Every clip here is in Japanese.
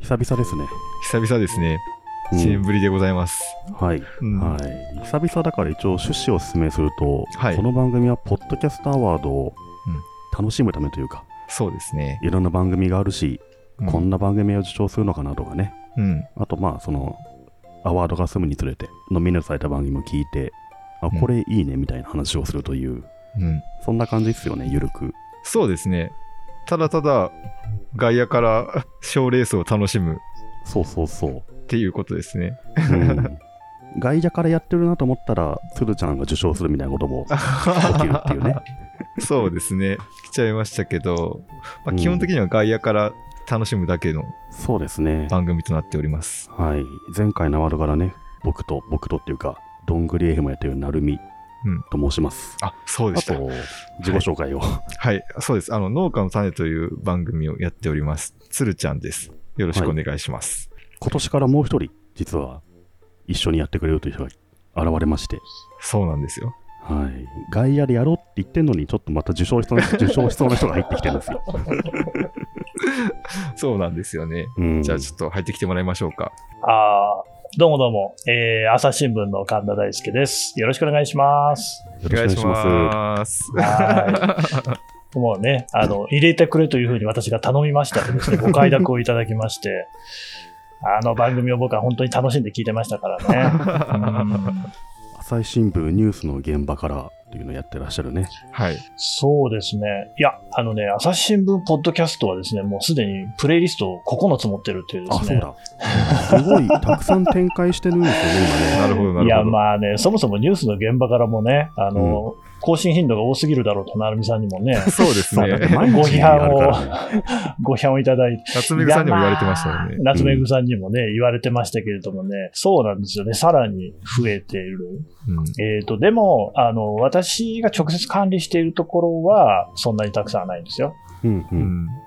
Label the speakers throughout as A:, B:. A: 久々ですね。
B: 久々ですね。
A: うん
B: 1年ぶりでございます。
A: はい。
B: うん
A: はい。久々だから一応趣旨を説明すると、
B: はい
A: この番組はポッドキャストアワードを
B: うん
A: 楽しむためというか、
B: そうですね。
A: いろんな番組があるし、
B: うん
A: こんな番組を受賞するのかなとかね。
B: うん。
A: あとまあそのアワードが済むにつれてノミネートされた番組を聞いて、あ
B: うん
A: これいいねみたいな話をするという、
B: うん。
A: そんな感じですよね、ゆるく。
B: そうですね。ただただ、外野から 賞レースを楽しむ
A: そうそうそう。
B: っていうことですね。
A: うん、 外野からやってるなと思ったら、鶴ちゃんが受賞するみたいなことも起きるっていう ね。
B: そうですね。来ちゃいましたけど、
A: う
B: まあ、
A: ん
B: 基本的には外野から楽しむだけの
A: そうですね。
B: 番組となっております。
A: はい。前回のワードからね、僕と、僕とっていうか、どんぐりエヘムやってるなるみ
B: うん
A: と申します。
B: あ、そうで
A: あ
B: した。
A: と、自己紹介を。
B: はい、そうです。あの、農家の種という番組をやっております。つるちゃんです。よろしくお願いします。
A: 今年からもう一人、実は一緒にやってくれるという人が現れまして、
B: そうなんですよ。
A: はい。外野でやろうって言ってんのに、ちょっとまた受賞し そうな受賞しそうな人が入ってきてるんですよ。
B: そうなんですよね。
A: うん、
B: じゃあちょっと入ってきてもらいましょうか。。
C: ああ、どうもどうも、えー、朝日新聞の神田大輔です。よろしくお願いします。
A: よろしくお願いします
C: はい。もうね、あの、入れてくれというふうに私が頼みましたのでですね、ご快諾をいただきまして、あの番組を僕は本当に楽しんで聞いてましたからね。うん
A: す。朝日新聞ニュースの現場からというのをやってらっしゃるね。
B: はい。
C: そうですね。いや、あのね、朝日新聞ポッドキャストはですね、もうすでにプレイリストを9つ持ってるっていうですね。
A: あ、そうだ。すごいたくさん展開してるんですよね、今ね。
B: なるほど、ないる
C: や、
B: ほど。
C: まあね、そもそもニュースの現場からもね、あの、更新頻度が多すぎるだろうと、なるみさんにもね、
B: そうです
A: そうだって
B: ね。
A: 毎日あるからね。
C: ご批判をいただいて、
B: 夏目ぐさんにも言われてましたよね。
C: 夏目ぐさんにもね、言われてましたけれどもね、そうなんですよね、さらに増えている。
B: うん
C: えっ、と、でも、あの、私が直接管理しているところは、そんなにたくさんはないんですよ。
A: うんう。
B: うんん。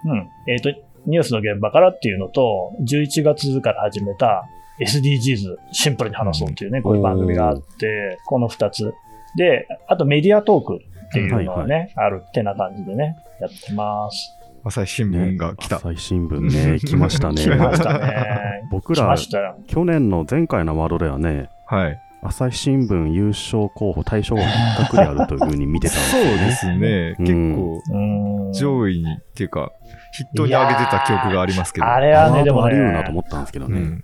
C: うん。えっ、と、ニュースの現場からっていうのと、11月から始めた SDGs シンプルに話そうっていうね、こういう番組があって、この2つ。で、あとメディアトークっていうのがね、あるってな感じでね、やってます。
B: 朝日新聞
A: ね
B: が来た。
A: 朝日新聞ね、来ましたね。
B: 来
C: 来ましたね。
A: 僕
C: 来ま
A: ら、
C: したよ。
A: 去年の前回のワードではね、
B: はい。
A: 朝日新聞優勝候補、大賞が一角であるというふうに見てたん です
B: そう
A: よ
B: で
A: ね。
B: すね。
A: うん
B: 結構、
C: うん
B: 上位に、っていうか、筆頭に上げてた記憶がありますけど。
C: あれ
A: ワ
C: はね、
A: ー
C: で
A: ド
C: も
A: あ
C: ね
A: り、得るなと思ったんですけど
B: う
A: ね。
B: ん。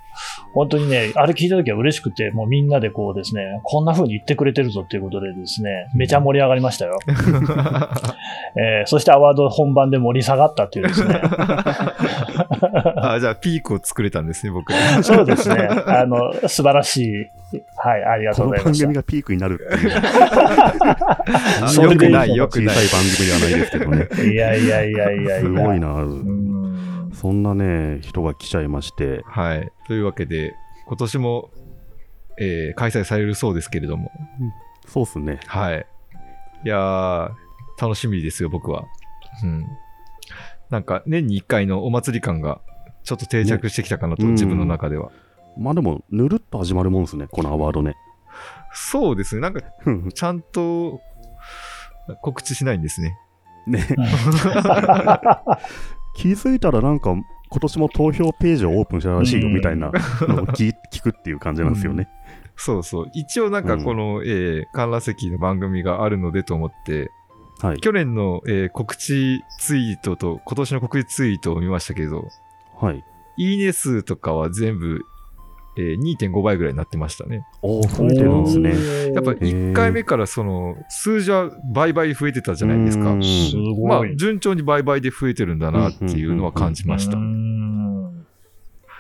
C: 本当にね、あれ聞いた時は嬉しくて、もうみんなでこうですね、こんな風に言ってくれてるぞっていうことでですね、めちゃ盛り上がりましたよ。えーそしてアワード本番で盛り下がったっていうですね。
B: あ、じゃあピークを作れたんですね、僕。
C: そうですね。あの、素晴らしい。はい、ありが
A: こ
C: とう
A: の
C: ござ
A: 番
C: いました
A: 組。がピークになるっていう。
B: あ
C: それ
B: よ
C: で
B: く
C: いい
B: な
C: の
B: い、よく
A: 小
B: な
A: さ
B: い
A: い。番組ではないですけどね。
C: いやいやいやいやいや。
A: すごいな。
C: うん。
A: そんなね、人が来ちゃいまして、
B: はい。というわけで、今年も、えー開催されるそうですけれども、
A: そうっすね。
B: はい。いやー、楽しみですよ、僕は。うん。なんか、年に1回のお祭り感が、ちょっと定着してきたかなと、
A: ねうん
B: 自分の中では。
A: まあでも、ぬるっと始まるもんですね、このアワードね。
B: そうですね、なんか、ちゃんと、告知しないんですね。
A: ね、 気づいたらなんか今年も投票ページをオープンしたらしいよ
C: うん
A: みたいなのを聞聞くっていう感じなんですよね。
B: そうそう。一応、なんか、この、えー観覧席の番組があるのでと思って、
A: はい。
B: 去年の、えー告知ツイートと、今年の告知ツイートを見ましたけど、
A: はい。
B: いいね数とかは全部、えー2.5倍ぐらいになってましたね。
A: おお、増えてるんですね。
B: やっぱ
C: り
B: 1回目からその数字は倍々増えてたじゃないです
A: う
B: か
A: ん。
C: す
B: まあ
C: ごい。
B: 順調に倍々で増えてるんだなっていうのは感じました
C: う。ん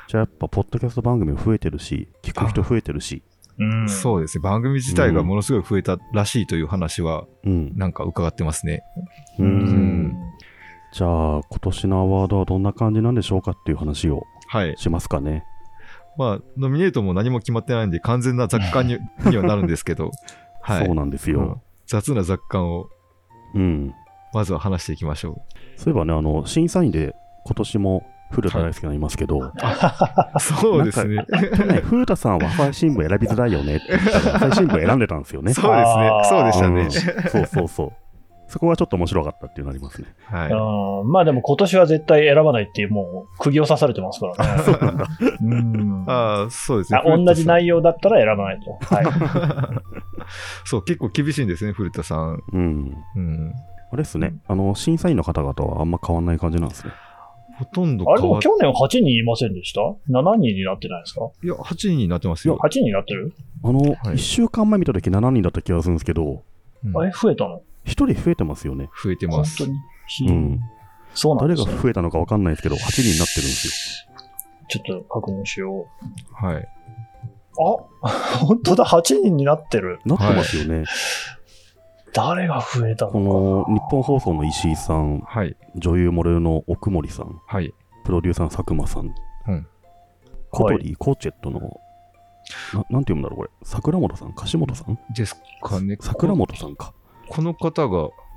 A: じゃあやっぱポッドキャスト番組も増えてるし、聞く人増えてるし、
C: うん
B: そうですね。番組自体がものすごい増えたらしいという話は
A: うん。
B: なんか伺ってますね。
A: う
C: うん
A: ん。じゃあ今年のアワードはどんな感じなんでしょうかっていう話を
B: はい。
A: しますかね。
B: まあノミネートも何も決まってないんで完全な雑 感ににはなるんですけど、はい
A: そう。なんです
B: うん
A: よ。
B: 雑な雑感を
A: うん。
B: まずは話していきましょ
A: そういえばね、あの審査員で今年も古田大輔がいますけど、
B: そうですね。
A: ね古田さんは朝日新聞選びづらいよねって言った ら、朝日新聞選んでたんですよね。
B: そうですね
C: あ。ー
B: そうでしたね。
A: うんそうそうそう。そこはちょっと面白かったっていうのありますね。
B: はい。
C: うんまあでも今年は絶対選ばないっていう、もう、釘を刺されてますからね。 そうなんだ。ん。あ、
B: ああ、そうですね。
C: 同じ
B: い。
C: 内容だったら選ばないと。はい。
B: そう、結構厳しいんですね、古田さん。
A: うん。
B: うん。
A: あれですね、あの、審査員の方々はあんま変わんない感じなんですね。
B: ほとんど
C: あれで
B: 変わ
C: も
B: っ
C: 去年8人いませんでした ?7 人になってないですか
B: いや、8人になってますよ。
C: ?8 人になってる
A: あの、一
B: はい
A: 1週間前見たとき7人だった気がするんですけど、
B: うん
C: あれ増えたの
A: 1人増えてますよね。
B: 増えて
C: 本
B: ます
C: 当。に。ひ
A: うん。
C: そうなん
A: 誰
C: で
A: が
C: すね
A: 増えたのかわかんないですけど、8人になってるんです
C: ちょっと確認しよ
B: はい。
C: う。あ 本当だ、8人になってる。
A: よ。なってますよね。
C: 誰が増えたのか
A: こ
C: な
A: の、日本放送の石井さん、
B: はい。
A: 女優モデルの奥森さん、
B: はい。
A: プロデューサーの佐久間さん、
B: うん
A: 小鳥コーチェットの、ななんて読むんだろう、これ、桜本さん、樫本さん
B: ですかね。
A: 桜
B: こ
A: 本さんか。
B: この方が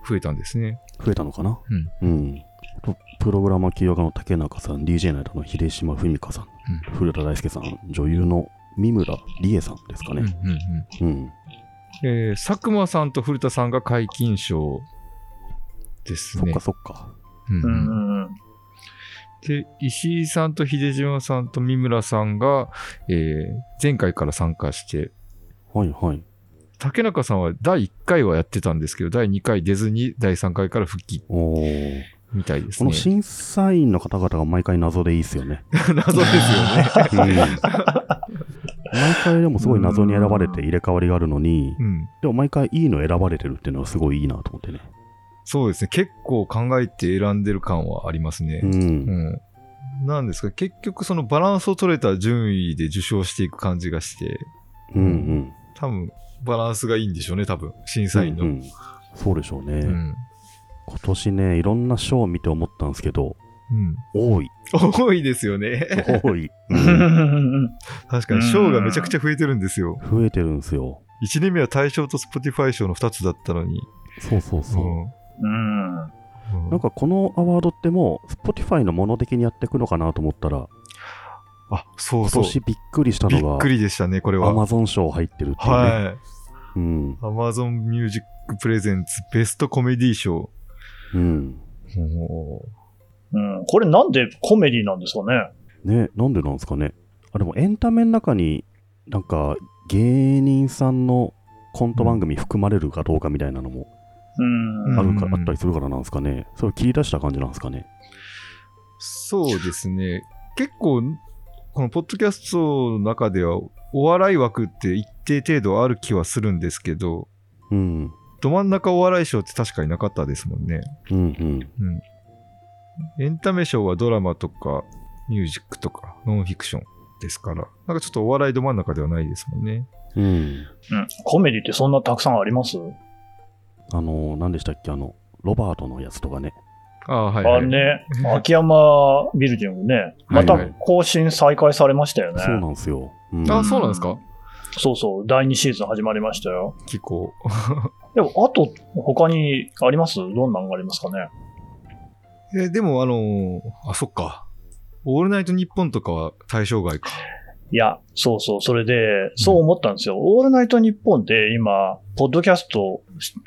B: 増えたんですね。
A: 増えたのかなうん。とプログラマー起業家の竹中さん、DJ ナイトの秀島文香さん、古田大輔さん、女優の三村理恵さんですか
B: うん。うん
A: ね。
B: うんうん
A: うん。
B: えー佐久間さんと古田さんが皆勤賞です
A: そっ
B: ね
A: か。そっか。
B: うん
C: う
B: うんん
C: うんうん。
B: で、石井さんと秀島さんと三村さんが、えー前回から参加して、
A: はいはい。
B: 竹中さんは第1回はやってたんですけど、第2回出ずに第3回から復帰
A: おー
B: みたいです
A: こ
B: ね
A: の。審査員の方々が毎回謎でいいっすよ ね。
B: 謎ですよね。
A: うん毎回でもすごい謎に選ばれて入れ替わりがあるのに、
B: うん。
A: でも毎回いいの選ばれてるっていうのはすごいいいなと思ってね。
B: そうですね。結構考えて選んでる感はありますね
A: う。。
B: うんん。なんですか、結局そのバランスを取れた順位で受賞していく感じがして、
A: うんうん。
B: 多分バランスがいいんでしょうね、多分審査員の。
A: うんうんそうでしょうね。
B: うん
A: 今年ね、いろんな賞を見て思ったんですけど、
B: うん
A: 多 い。
B: 多いですよね。
A: 多い。
B: 確かに賞がめちゃくちゃ増えてるんですよ。
A: 増えてるんですよ。
B: 1年目は大賞と Spotify 賞の2つだったのに。
A: そうそうそう。
C: うん。
B: うんうん
A: なんかこのアワードってもう、Spotify のもの的にやっていくのかなと思ったら、
B: あ、そう
A: 今
B: そう。
A: 年びっくりした
B: びっ
A: の
B: く
A: が、
B: りでしたね、これは。
A: Amazon 賞入ってるっていうね。
B: はい。
A: うん。
B: Amazon Music Presents ベストコメディ賞。
A: うん。
C: うん、これなんでコメディなんですかね
A: ね、なんでなんですかね。あ、でもエンタメの中に、なんか、芸人さんのコント番組含まれるかどうかみたいなのも
C: うん。
A: あるか、
B: うん
A: あったりするからなんですかね。それを切り出した感じなんですかね。
B: そうですね。結構、このポッドキャストの中では、お笑い枠って一定程度ある気はするんですけど、
A: うん。
B: ど真ん中お笑い賞って確かになかったですもんね。
A: うんうん。
B: エンタメ賞はドラマとか、ミュージックとか、ノンフィクションですから、なんかちょっとお笑いど真ん中ではないですもんね。
A: うん。
C: うんコメディってそんなたくさんあります、
A: あの、何でしたっけ、あの、ロバートのやつとかね。
B: ああ、はい、はい。
C: あね、秋山ビルディングね、また
B: はいはい
C: 更新再開されましたよね。
A: そうなんですよ。うん
B: あそうなんですか
C: そうそう、第2シーズン始まりましたよ。
B: 気候。
C: でも、あと、他にありますどんなのがありますかね
B: えーでも、あのーあ、そっか。オールナイトニッポンとかは対象外か。
C: いや、そうそう、それで、そう思ったんですよ。オールナイトニッポンで今、ポッドキャスト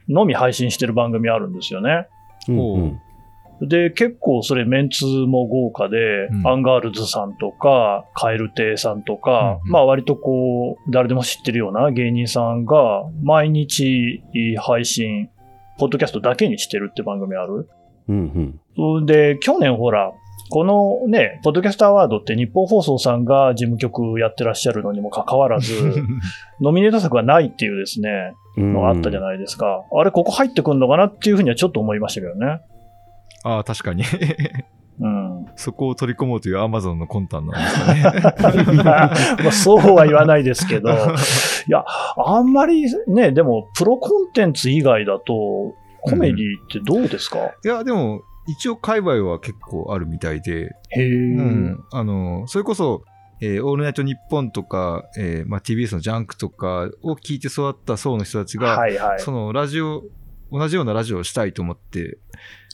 C: のみ配信してる番組あるんですよね。
A: うん
B: おう
C: で、結構それメンツも豪華で、
B: うん
C: アンガールズさんとか、カエル亭さんとか、
B: うんうん
C: まあ割とこう、誰でも知ってるような芸人さんが、毎日配信、ポッドキャストだけにしてるって番組ある。
A: うんうん
C: で、去年ほら、このね、ポッドキャストアワードって日本放送さんが事務局やってらっしゃるのにもかかわらず、ノミネート作がないっていうですね、
A: うん。
C: のがあったじゃ
A: ない
C: ないですか。あれ、ここ入ってくるのかなっていうふうにはちょっと思いましたけどね。
B: ああ、確かに。
C: うん。
B: そこを取り込もうというアマゾンの魂胆なんですかね。
C: まあ、そうは言わないですけど、いや、あんまりね、でも、プロコンテンツ以外だと、コメディってどうですか、
B: いや、でも、一応、界隈は結構あるみたいで、
C: へー
B: うんあの、それこそ、えーオールナイトニッポンとか、えーまあ、TBS のジャンクとかを聞いて育った層の人たちが、
C: はいはい。
B: そのラジオ、同じようなラジオをしたいと思って、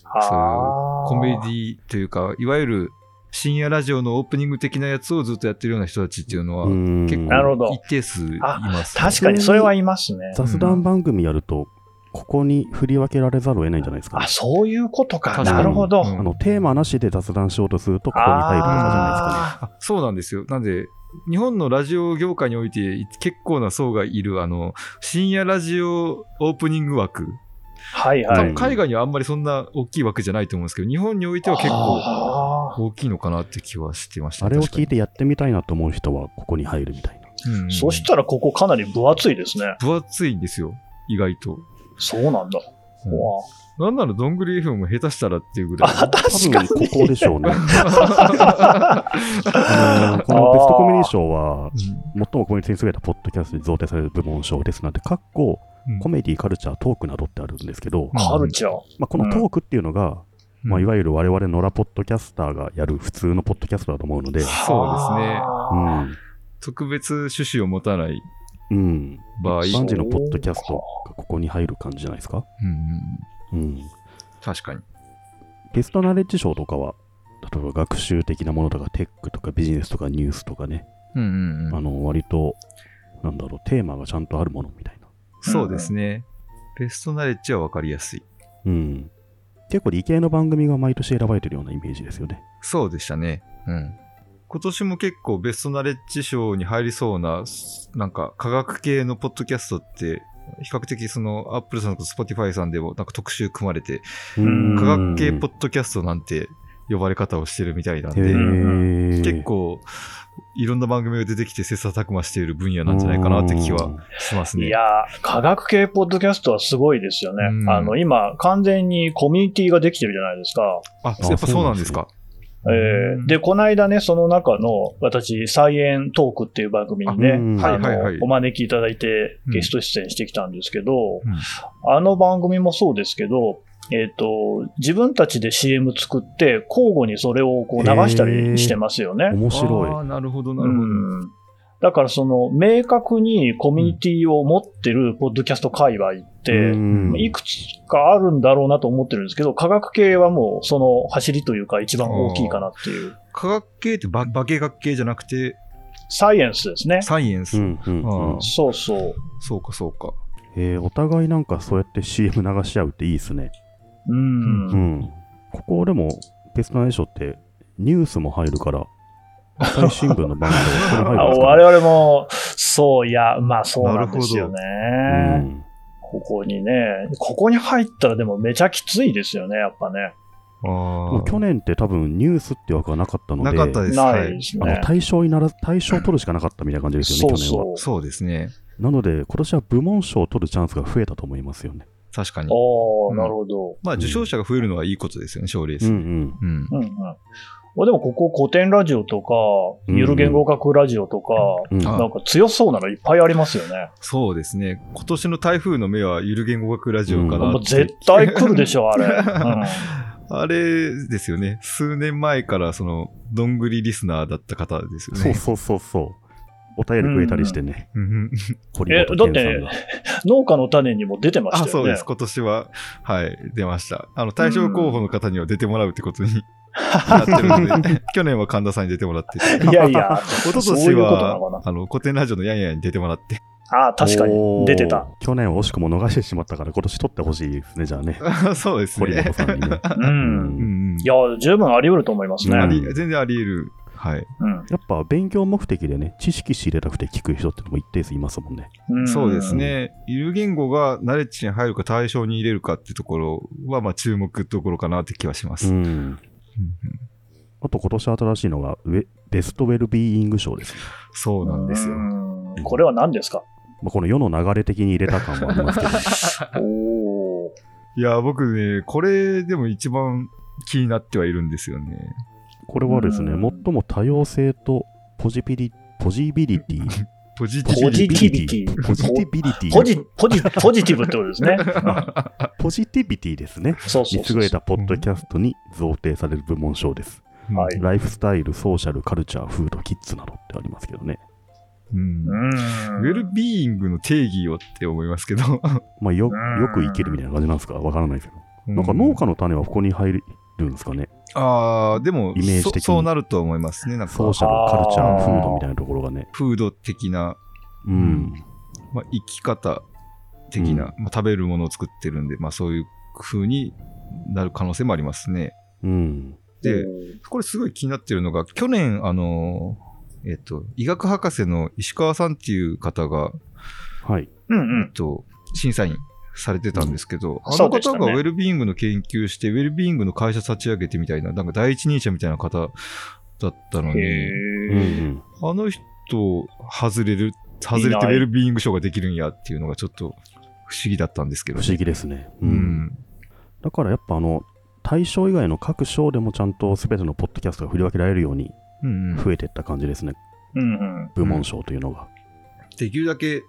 C: あー
B: コメディというか、いわゆる深夜ラジオのオープニング的なやつをずっとやってるような人たちっていうのは、
A: 結
B: 結構
C: なるほど
B: 一定数いますね、
C: 確かにそれはいますね。
A: 雑談番組やると、ここに振り分けられざるを得ないんじゃないですか。
C: あ、そういうことか。
B: 確か
A: に
C: なるほど。
B: うん
A: あのテーマなしで雑談しようとすると、ここに入るとかじゃないですかね。
C: あ
B: あそうなんですよ。なんで、日本のラジオ業界において結構な層がいる、あの、深夜ラジオオープニング枠。
C: ーはい
B: 多
C: はい
B: 分。海外にはあんまりそんな大きい枠じゃないと思うんですけど、日本においては結構
C: 構。
B: 大きいのかなって気はしてました、
A: あれを聞い
B: て、
A: てやってみたいなと思う人は、ここに入るみたいな。
B: うんうん
C: そしたらここかなり分厚いですね。
B: 分厚いんですよ、意外と。
C: そうなんだ。
B: うん
C: うわ
B: なんならどんぐり FM も下手したらっていうぐらい。
C: あ、確か
A: 多分
C: に。
A: ここでしょうね。 あのこ
C: あ
A: の
C: ー
A: ベストコミュニティ賞は、
B: う
A: 最もコミュニティに優れたポッドキャストに贈呈される部門賞ですなんて、かっこ
B: ん
A: コメディ、カルチャー、トークなどってあるんですけど、
B: うん
C: カルチャー。
A: まあ、このトークっていうのが、
B: うん
A: まあ、いわゆる我々野良ポッドキャスターがやる普通のポッドキャストだと思うので、
B: そうです
A: う
B: ね
C: は
A: ん。
B: 特別趣旨を持たない
A: うん。
B: 場合、
A: 一
B: うん
A: 般人のポッドキャストがここに入る感じじゃないですか。
B: うん
A: うん。
B: 確かに。
A: ゲストナレッジ賞とかは、例えば学習的なものとか、テックとかビジネスとかニュースとかね、
B: うんうんう
A: あ
B: ん、
A: の、割と、なんだろう、テーマがちゃんとあるものみたいな。
B: そうですね。ベストナレッジは分かりやすい。
A: うん。結構理系の番組が毎年選ばれてるようなイメージですよね。
B: そうでしたね。うん。今年も結構ベストナレッジ賞に入りそうな、なんか科学系のポッドキャストって、比較的そのアップルさんと Spotify さんでもなんか特集組まれて、
C: ん
B: 科学系ポ
A: ッ
B: ッドキャストなんて呼ばれ方をしてるみたいなん
A: へ
B: で、
A: ー
B: 結構いろんな番組が出てきて切磋琢磨している分野なんじゃないかなって気はします
C: い
B: ね。
C: いやー科学系ポッドキャストはすごいですよね。
B: うん
C: あの、今、完全にコミュニティができてるじゃないですか。
B: あ、やっぱそうなんですか。
C: えーで、この間ね、その中の、私、サイエントークっていう番組にね、
A: あ
C: あ
A: うん
C: の
B: はいはいはい
C: お招きいただいて
B: うん
C: ゲスト出演してきたんですけど、
B: うん
C: あの番組もそうですけど、えっ、と、自分たちで CM 作って、交互にそれをこう流したりしてますよね。
A: 面白
B: あーなるほど、な
C: う
B: るほど。
C: ん。だから、その、明確にコミュニティを持ってるポッドキャスト界隈っ
A: い。
C: て、
A: うん
C: いくつかあるんだろうなと思ってるんですけど、科学系はもうその走りというか一番大きいかなっていう。
B: 科学系ってば化学系じゃなくて、
C: サイエンスですね。
B: サイエンス。
A: うんうんうん
B: あー
C: そうそう。
B: そうか、そうか。
A: えーお互いなんかそうやって CM 流し合うっていいですね。
C: うん。
A: うん。ここでも、ベストナイト賞って、ニュースも入るから、朝日新聞の番組はこれ入
C: あ
A: るんですかね
C: 我々も、そういや、まあそうなんですよね。
A: うん
C: ここにね、ここに入ったらでもめちゃきついですよね、やっぱね。
A: で
B: あ
A: も去年って多分ニュースって枠はなかったので、
B: なかったです。は
C: ない
B: い
C: で。す
A: あ
C: ね
A: の。対象になら対象取るしかなかったみたいな感じですよ
C: そ
A: ね、
C: う
A: 去年は。
C: そう。
B: そうですね。
A: なので、今年は部門賞を取るチャンスが増えたと思いますよね。
B: 確かに。
C: お
B: う
C: ー、
B: ん
C: なるほど。
B: まあ、受賞者が増えるのはいいことですよね、賞レー
A: う
B: ス。
A: ん
B: うん。
C: うんうん。まあでもここ古典ラジオとか、
A: うん
C: ゆる言語学ラジオとか、
A: うん。うん
B: あ
C: なんか強そうなのいっぱいありますよね。
B: そうですね。今年の台風の目はゆる言語学ラジオかな
C: も
B: っ
C: う
B: て。
C: 絶対来るでし ょ、あれ。うん
B: あれですよね。数年前から、その、どんぐりリスナーだった方ですよ
A: そう
B: ね。
A: そうそうそう。お便りくれたりしてね、
B: うん
A: 堀本健さんが。
C: 農家の種にも出てまし
B: あ、
C: た
B: そ
C: よ
B: う
C: ね。
B: です。今年は、はい、出ました。あの、対象候補の方には出てもらうってことに なってるので、去年は神田さんに出てもらって、
C: いやいや、
B: 一昨
C: そうい
B: 年
C: うことなのか
B: は、あの、古典ラジオのやんやんに出てもらって。
C: ああ、確か
A: おー
C: に出てた。。
A: 去年は惜しくも逃してしまったから、今年取ってほしいですね、じゃあね。
B: そうです
A: 堀
B: ね
A: 本。さんにね。
C: う。
A: うん
B: うんうん
C: いや、十分あり得ると思いますね。
B: あ
A: うん
B: り全然あり得る。はい。
C: うん
A: やっぱ勉強目的でね、知識仕入れたくて聞く人ってのも一定数いますもんね。
C: ん
B: そうですね。有言語がナレッジに入るか対象に入れるかってところは、まあ注目どころかなって気はします。
A: ん。
B: うんうん
A: あと今年新しいのがウェ、ベストウェルビーイング賞ですね。
B: そうなんですよ。
C: うんこれは何ですか
A: まあ、この世の流れ的に入れた感もありますけど。
C: おー
B: いや、僕ね、これでも一番気になってはいるんですよね。
A: これはですね、
C: うん
A: 最も多様性とポジビリポジビリティ、
B: ポジティ
C: ポ
B: ブ
C: ジティビティ。
A: ポジティビリティ、
C: ポジポジポジティブってことですね。 うん
A: ポジティビティですね。
C: そうそ
A: に
C: うそう
A: 優れたポッドキャストに贈呈される部門賞です。
C: はい
A: ライフスタイル、ソーシャル、カルチャー、フード、キッズなどってありますけどね。
B: うんウ
C: うん
B: ェルビーイングの定義をって思いますけど。
A: まあよ
C: うん
A: よく生きるみたいな感じなんですかわからないですけど。なんか農家の種はここに入りるんですかね。
B: ああ、でも
A: イメージ的
B: そ、
A: に
B: そうなるとは思いますね。なん
A: ソー
B: か、
A: シャル、カルチャ
C: あ
A: ー、
C: ー
A: フードみたいなところがね。
B: フード的な、
A: うん。
B: まあ、生き方的な、まあ、食べるものを作ってるんで、まあ、そういう風になる可能性もありますね。
A: うん。
B: で、
C: うん
B: これすごい気になってるのが、去年、あのー、えっと、医学博士の石川さんっていう方が、
A: はい。
C: うんう
B: えっ
C: ん。
B: と、審査員されてたんですけど、あ
C: そ
B: の
C: うでした
B: 方
C: ね
B: がウェルビーイングの研究して、ウェルビーイングの会社立ち上げてみたいな、なんか第一人者みたいな方だったの
C: へ
B: に、
A: う
C: ー
A: んうん。
B: あの人、外れる、外れ
C: い
B: て
C: な
B: ウ
C: い
B: ェルビーイング賞ができるんやっていうのがちょっと不思議だったんですけど、
A: 不思議ですね。う。
B: うんん。
A: だからやっぱあの、対象以外の各章でもちゃんと全てのポッドキャストが振り分けられるように
B: うんうん
A: 増えていった感じですね。
C: うんうん。
A: 部門賞というのが。
B: できるだけ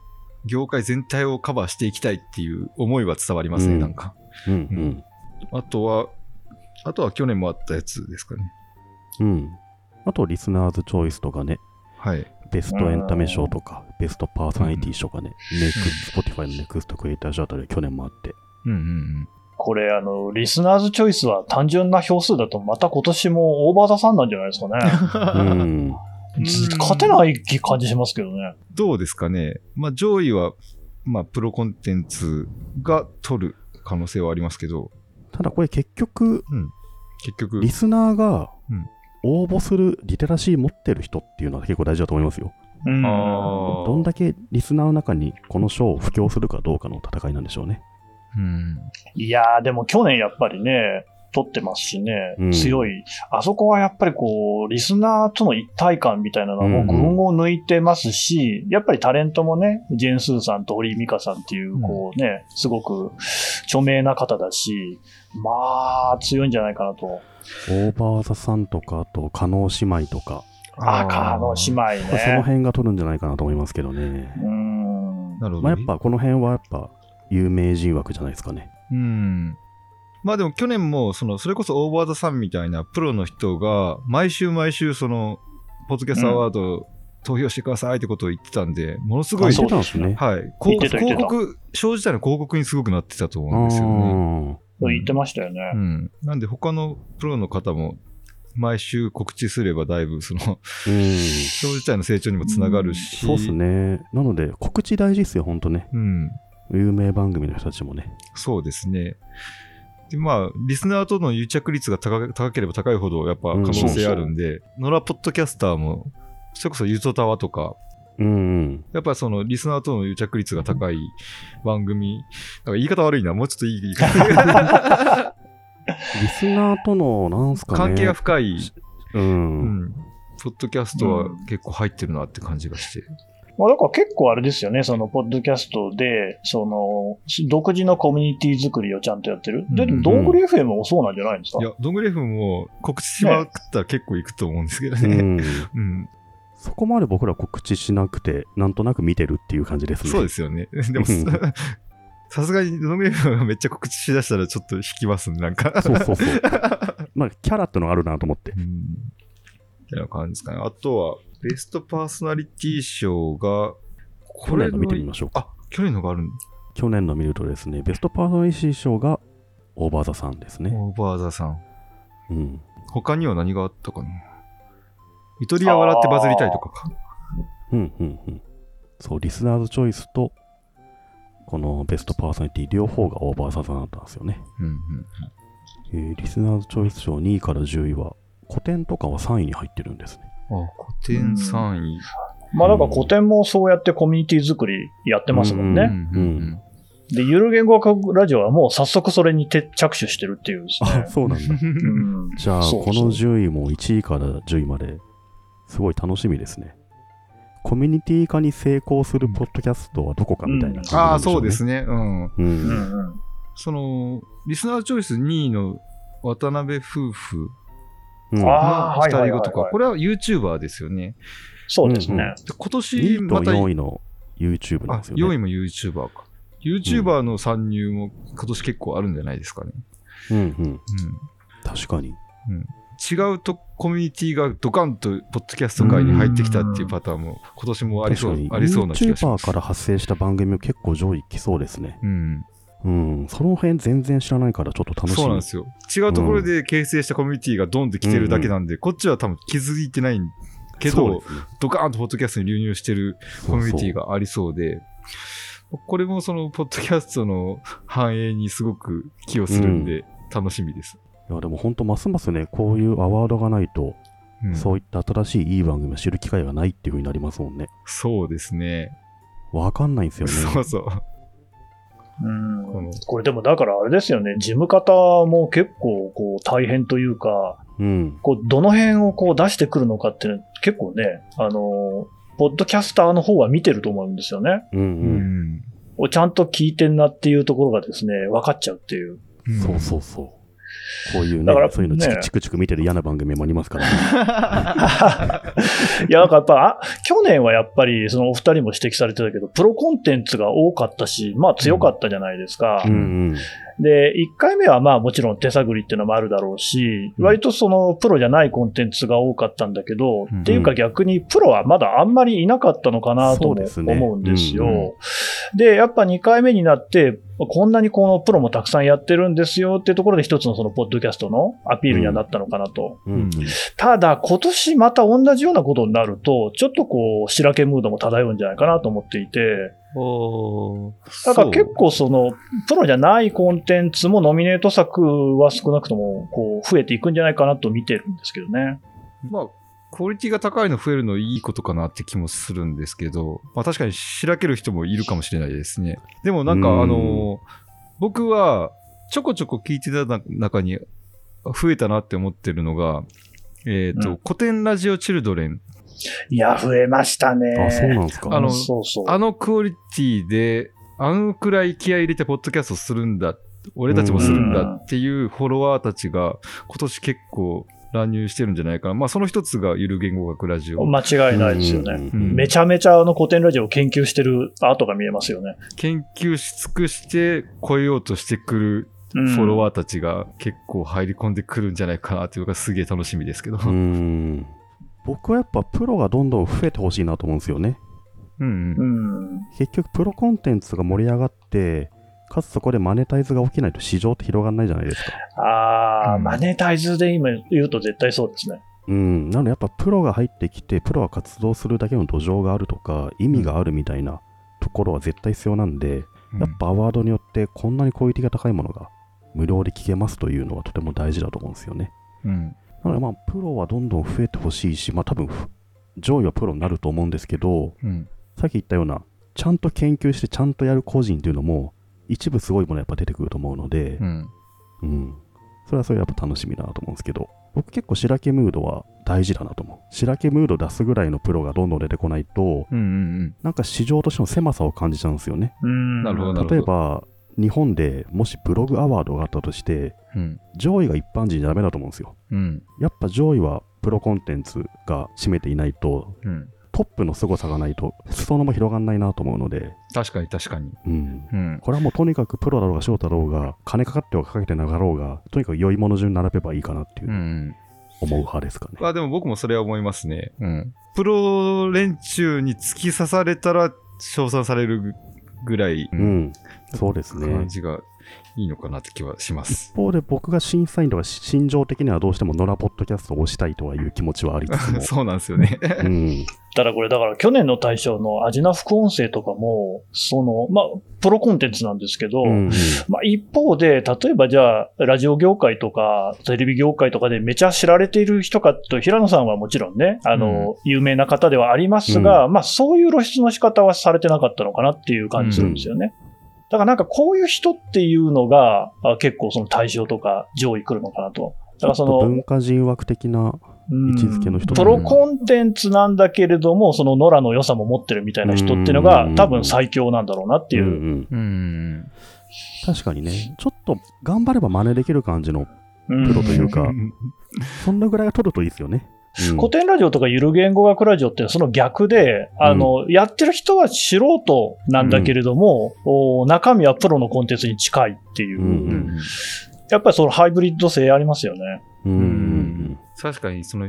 B: 業界全体をカバーしていきたいっていう思いは伝わりますね、
A: うん
B: なんか。
A: うん
B: あとは、あとは去年もあったやつですかね。
A: うん。うん。あと、リスナーズチョイスとかね、
B: はい。
A: ベストエンタメ賞とか、ベストパーソナリティ賞がね、ネクスト、Spotify のネクストクリエイター賞あたりは去年もあって、
B: うんうん
C: これ、あの、リスナーズチョイスは単純な票数だと、また今年もオーバーザさんなんじゃないですかね。
A: う
B: うん。
A: ん、
C: 勝てない感じしますけどね。
B: どうですかね。まあ上位は、まあプロコンテンツが取る可能性はありますけど、
A: ただこれ結局、
B: 結局
A: リ、スナーが
B: うん
A: 応募するリテラシー持ってる人っていうのは結構大事だと思いますよ。
C: うん
B: あー
A: どんだけリスナーの中にこの賞を布教するかどうかの戦いなんでしょうね。
B: うん。
C: いやー、でも去年やっぱりね、取ってますしね、
A: うん
C: 強い。あそこはやっぱりこう、リスナーとの一体感みたいなのはもう群を抜いてますし、やっぱりタレントもね、ジェンスーさんとオリー・ミカさんっていう、こうね、すごく著名な方だし、まあ、強いんじゃないかなと。
A: オーバーザさんとか、あと、加納姉妹とか、
C: あー、あの姉妹
A: その
C: ね。
A: 辺が取るんじゃないかなと思いますけどね。
C: うん。
B: なるほど、
A: まあ、やっぱこの辺はやっぱ有名人枠じゃないですかね。
B: うん。まあでも去年も、その、それこそオーバーザさんみたいなプロの人が、毎週毎週、その、ポッドキャストアワード投票してくださいってことを言ってたんで、ものすご
A: あ
B: い、
A: そうなんですね。
B: はい。
C: 言っ
B: 広告、
C: てた言って
B: 広
C: た
B: 告、賞自体の広告にすごくなってたと
A: う
B: 思うんですよね。
A: ん
C: 言ってましたよね。
B: うん。なんで他のプロの方も、毎週告知すればだいぶ、その、
A: うん
B: 賞自体の成長にもつながるし、
A: そうです。ね。なので、告知大事ですよ、ほんとね。
B: うん。
A: 有名番組の人たちもね。
B: そうですね。で、まあ、リスナーとの癒着率が高け高ければ高いほど、やっぱ可能性あるんで、野良ポッドキャスターも、それこそゆとたわとか、
A: うんうん。
B: やっぱそのリスナーとの癒着率が高い番組、なんか言い方悪いな、もうちょっといい言い方。
A: リスナーとの、なんすかね。
B: 関係が深い、
A: う。
B: うんん、ポッドキャストは結構入ってるなって感じがして。
C: まあ、だから結構あれですよね、その、ポッドキャストで、その、独自のコミュニティ作りをちゃんとやってる。で、
B: うんうん
C: どんぐり FM もそうなんじゃないんですか
B: いや、ドングレフも告知しまくったら結構いくと思うんですけど
A: う
B: ね。
A: ん、
B: うん、
A: そこまで僕ら告知しなくて、なんとなく見てるっていう感じですね。
B: そうですよね。 でも
A: うん、
B: さすがにドングレフがめっちゃ告知しだしたらちょっと引きますね、なんか。
A: そうそうそう。まあ、キャラってのがあるなと思って。
B: うん。みたいな感じですかね。あとは、ベストパーソナリティ賞が、こ
A: 去年
B: れ
A: の見てみましょうか。
B: あ、去年のがあるん
A: 去年の見るとですね、ベストパーソナリティ賞が、オーバーザさんですね。
B: オーバーザさん。
A: うん。
B: 他には何があったかなゆとりは笑ってバズりたいとかか。
A: うんうんうん。そう、リスナーズチョイスと、このベストパーソナリティ両方がオーバーザさんだったんですよね。
B: うんうん。
A: えーリスナーズチョイス賞2位から10位は、古典とかは3位に入ってるんですね。
B: あ、古典3位。
C: まあ、だから古典もそうやってコミュニティ作りやってますもんね。
A: うん
B: うんうん
A: うん
C: で、ゆる言語学ラジオはもう早速それにて着手してるっていうです ね。
A: そうなんだ。
C: うん
A: じゃあ、
C: そう
A: こ
C: そう
A: の10位も1位から10位まで、すごい楽しみですね。コミュニティ化に成功するポッドキャストはどこかみたいな感じ
B: あ
A: な
B: あ、
A: んしょ
B: そうう
A: ね
B: ですね。うん。
A: う。
C: うんんうん
B: その、リスナーチョイス2位の渡辺夫婦
A: うん
B: の
C: あーはいはいはい
B: 2
C: は
B: 人
C: い
B: とか、これは YouTuber ですよね。
C: そうです
A: うん
C: ね
A: うん。
B: で今年
A: 2位と
B: また
A: 4位の YouTube なん
B: あ
A: ですよ
B: 4位
A: ね。
B: も YouTuber か。YouTuber の参入も今年結構あるんじゃないですかね。
A: うんうん。
B: うん
A: 確かに。
B: 違うとコミュニティがドカンとポッドキャスト界に入ってきたっていうパターンも今年もあり
A: 確
B: そ
A: か
B: う
A: に。
B: ありそうな気がしま
A: YouTuber
B: す。
A: から発生した番組も結構上位来そうですね。
B: うん、
A: うん、その辺全然知らないからちょっと楽しみ。
B: そうなんですよ。違うところで形成したコミュニティがドンって来てるだけなんで、こっちは多分気づいてないけ
A: そう
B: ど
A: で、すね
B: ドカーンとポッドキャストに流入してるコミュニティがありそうで、これもその、ポッドキャストの繁栄にすごく寄与するんで、楽しみです。
A: いやでも本当ますますねこういうアワードがないと、
B: うん
A: そういった新しいいい番組を知る機会がないっていう風になりますもんね
B: そうですね。
A: わかんないんですよね
B: そうそう。
C: うん
B: の
C: これでもだからあれですよね、事務方も結構こう大変というか、
A: うん
C: こうどの辺をこう出してくるのかっていうの結構ね、あの、ポッドキャスターの方は見てると思うんですよね。
A: うん
B: う
A: うん、
B: ん。
C: おちゃんと聞いてんなっていうところがですね、分かっちゃうっていう。
B: ん
A: そうそうそうこういうね
C: だから
A: そういうのチク
C: ね
A: チクチク見てる嫌な番組もありますから、ね、
C: いや、なんかやっぱ、あ去年はやっぱり、そのお二人も指摘されてたけど、プロコンテンツが多かったし、まあ強かったじゃないですか。
A: うんうん
C: で、1回目はまあもちろん手探りっていうのもあるだろうし、
A: うん
C: 割とそのプロじゃないコンテンツが多かったんだけど、
B: うん
C: っていうか逆にプロはまだあんまりいなかったのかなと
A: そう
C: も
A: ですね
C: 思うんですよ。
A: う
C: で
A: ん
C: やっぱ2回目になって、こんなにこのプロもたくさんやってるんですよっていうところで一つのそのポッドキャストのアピールにはなったのかなと。
A: うん
B: うん
C: ただ今年また同じようなことになると、ちょっとこう、しらけムードも漂うんじゃないかなと思っていて、
B: おー
C: だから結
B: そう
C: 構その、プロじゃないコンテンツもノミネート作は少なくとも、こう、増えていくんじゃないかなと見てるんですけどね。
B: まあ、クオリティが高いの増えるのいいことかなって気もするんですけど、まあ確かにしらける人もいるかもしれないですね。でもなんか
A: うん
B: あの、僕はちょこちょこ聞いてたな中に増えたなって思ってるのが、えっ、と、
C: うん
B: 古典ラジオチルドレン。
C: いや、増えましたね。
A: あそうなんですか
B: あの
C: そうそう。
B: あのクオリティで、あのくらい気合い入れてポッドキャストするんだ、俺たちもするんだっていうフォロワーたちが今年結構乱入してるんじゃないかな。まあその一つがゆる言語学ラジオ。
C: 間違いないですよね。
A: うんうん
C: めちゃめちゃあの古典ラジオを研究してる跡が見えますよね。
B: 研究し尽くして超えようとしてくる
C: フ
B: フォロ
C: ー。
B: ワーたちが結構入り込んでくるんじゃないかなというかすげえ楽しみですけど。
A: うんうん僕はやっぱプロがどんどん増えてほしいなと思うんですよね
B: うんう。
C: うんん。
A: 結局プロコンテンツが盛り上がってかつそこでマネタイズが起きないと市場って広がらないじゃないですか
C: あー、
B: うん
C: マネタイズで今言うと絶対そうですね。
A: うん、なのでやっぱプロが入ってきてプロが活動するだけの土壌があるとか意味があるみたいなところは絶対必要なんで、やっぱアワードによってこんなにクオリティが高いものが無料で聞けますというのはとても大事だと思うんですよね
B: うん。
A: なのでまあプロはどんどん増えてほしいしまあ多分上位はプロになると思うんですけど
B: うん。
A: さっき言ったようなちゃんと研究してちゃんとやる個人というのも一部すごいものやっぱ出てくると思うので、
B: うん。
A: うん。それはそれやっぱ楽しみだなと思うんですけど、僕結構白けムードは大事だなと思う。白けムード出すぐらいのプロがどんどん出てこないと、
B: うんうん
A: なんか市場としての狭さを感じちゃうんですよね。
C: うん。
B: なるほどな
A: 例えば、日本でもしブログアワードがあったとして、
B: うん。うん。
A: 上位が一般人じゃダメだと思うんですよ。
B: うん。
A: やっぱ上位はプロコンテンツが占めていないと、
B: うん。
A: トップの凄さがないと、裾野も広がんないなと思うので、
B: 確かに確かに。
A: うん。
B: うん。。
A: これはもうとにかくプロだろうが翔太郎が、金かかってはかけてなかろうが、とにかく良いもの順に並べばいいかなっていううん思う派ですかね。
B: まあでも僕もそれは思いますね。うん。プロ連中に突き刺されたら称賛されるぐらい、
A: うん、そうですね
B: 感。じがいいのかなって気はします
A: 一。方で僕が審査員とかし心情的にはどうしても野良ポッドキャストを推したいとはいう気持ちはありつつ も。
B: そうなんですよね。
A: うん、
C: ただこれ、だから去年の大賞のアジナ副音声とかも、その、まあ、プロコンテンツなんですけど、
A: うん
C: まあ、一方で、例えばじゃあ、ラジオ業界とか、テレビ業界とかでめちゃ知られている人かと、平野さんはもちろんね、あの、有名な方ではありますが、まあ、そういう露出の仕方はされてなかったのかなっていう感じするんですよね。だからなんかこういう人っていうのが、あ結構その対象とか上位来るのかなと。だから
A: ちょ
C: そ
A: っと
C: の、
A: 文化人枠的な、
C: うん
A: 位置づけの人
C: プロコンテンツなんだけれども、そのノラの良さも持ってるみたいな人っていうのが
A: うん、
C: 多分最強なんだろうなっていうう。
A: ん
B: うん。
A: 確かにね、ちょっと頑張れば真似できる感じの、
C: うん
A: プロというかそんなぐらいが取るといいですよね。うん
C: 古典ラジオとかゆる言語学ラジオってその逆で、あの、やってる人は素人なんだけれども、お中身はプロのコンテンツに近いっていう、
A: うん
B: うん
C: やっぱりそのハイブリッド性ありますよね。
A: うんうんうん
B: 確かに、その、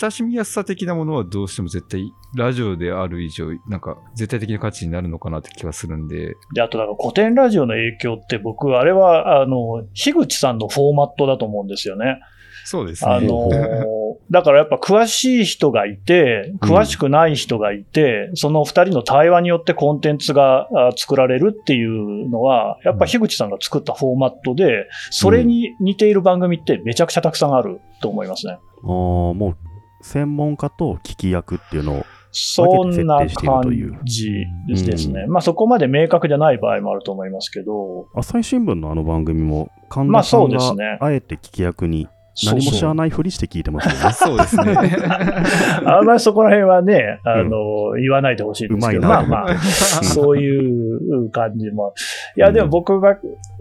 B: 親しみやすさ的なものはどうしても絶対、ラジオである以上、なんか、絶対的な価値になるのかなって気がするんで、
C: で、あとなんか古典ラジオの影響って僕、あれは、あの、樋口さんのフォーマットだと思うんですよね。
B: そうです
C: あ
B: ね。
C: のー だからやっぱ詳しい人がいて、詳しくない人がいて、その二人の対話によってコンテンツがあ作られるっていうのは、やっぱ樋口さんが作ったフォーマットで、それに似ている番組ってめちゃくちゃたくさんあると思いますね。
A: あーもう専門家と聞き役っていうのを
C: そんな
A: 分けて設定しているという
C: 感じですね。
A: うん
C: まあそこまで明確じゃない場合もあると思いますけど、
A: 朝日新聞のあの番組も神
C: まあ
A: 田さ
C: そ
A: ん
C: うですね
A: があえて聞き役に何も知らないふりして聞いてますよね。
B: そうですね。
C: あんまりそこら辺はね、あの、言わないでほしいんですけ
A: う
C: ど、
A: まいな
C: まあまあ、そういう感じも。いや、でも僕が、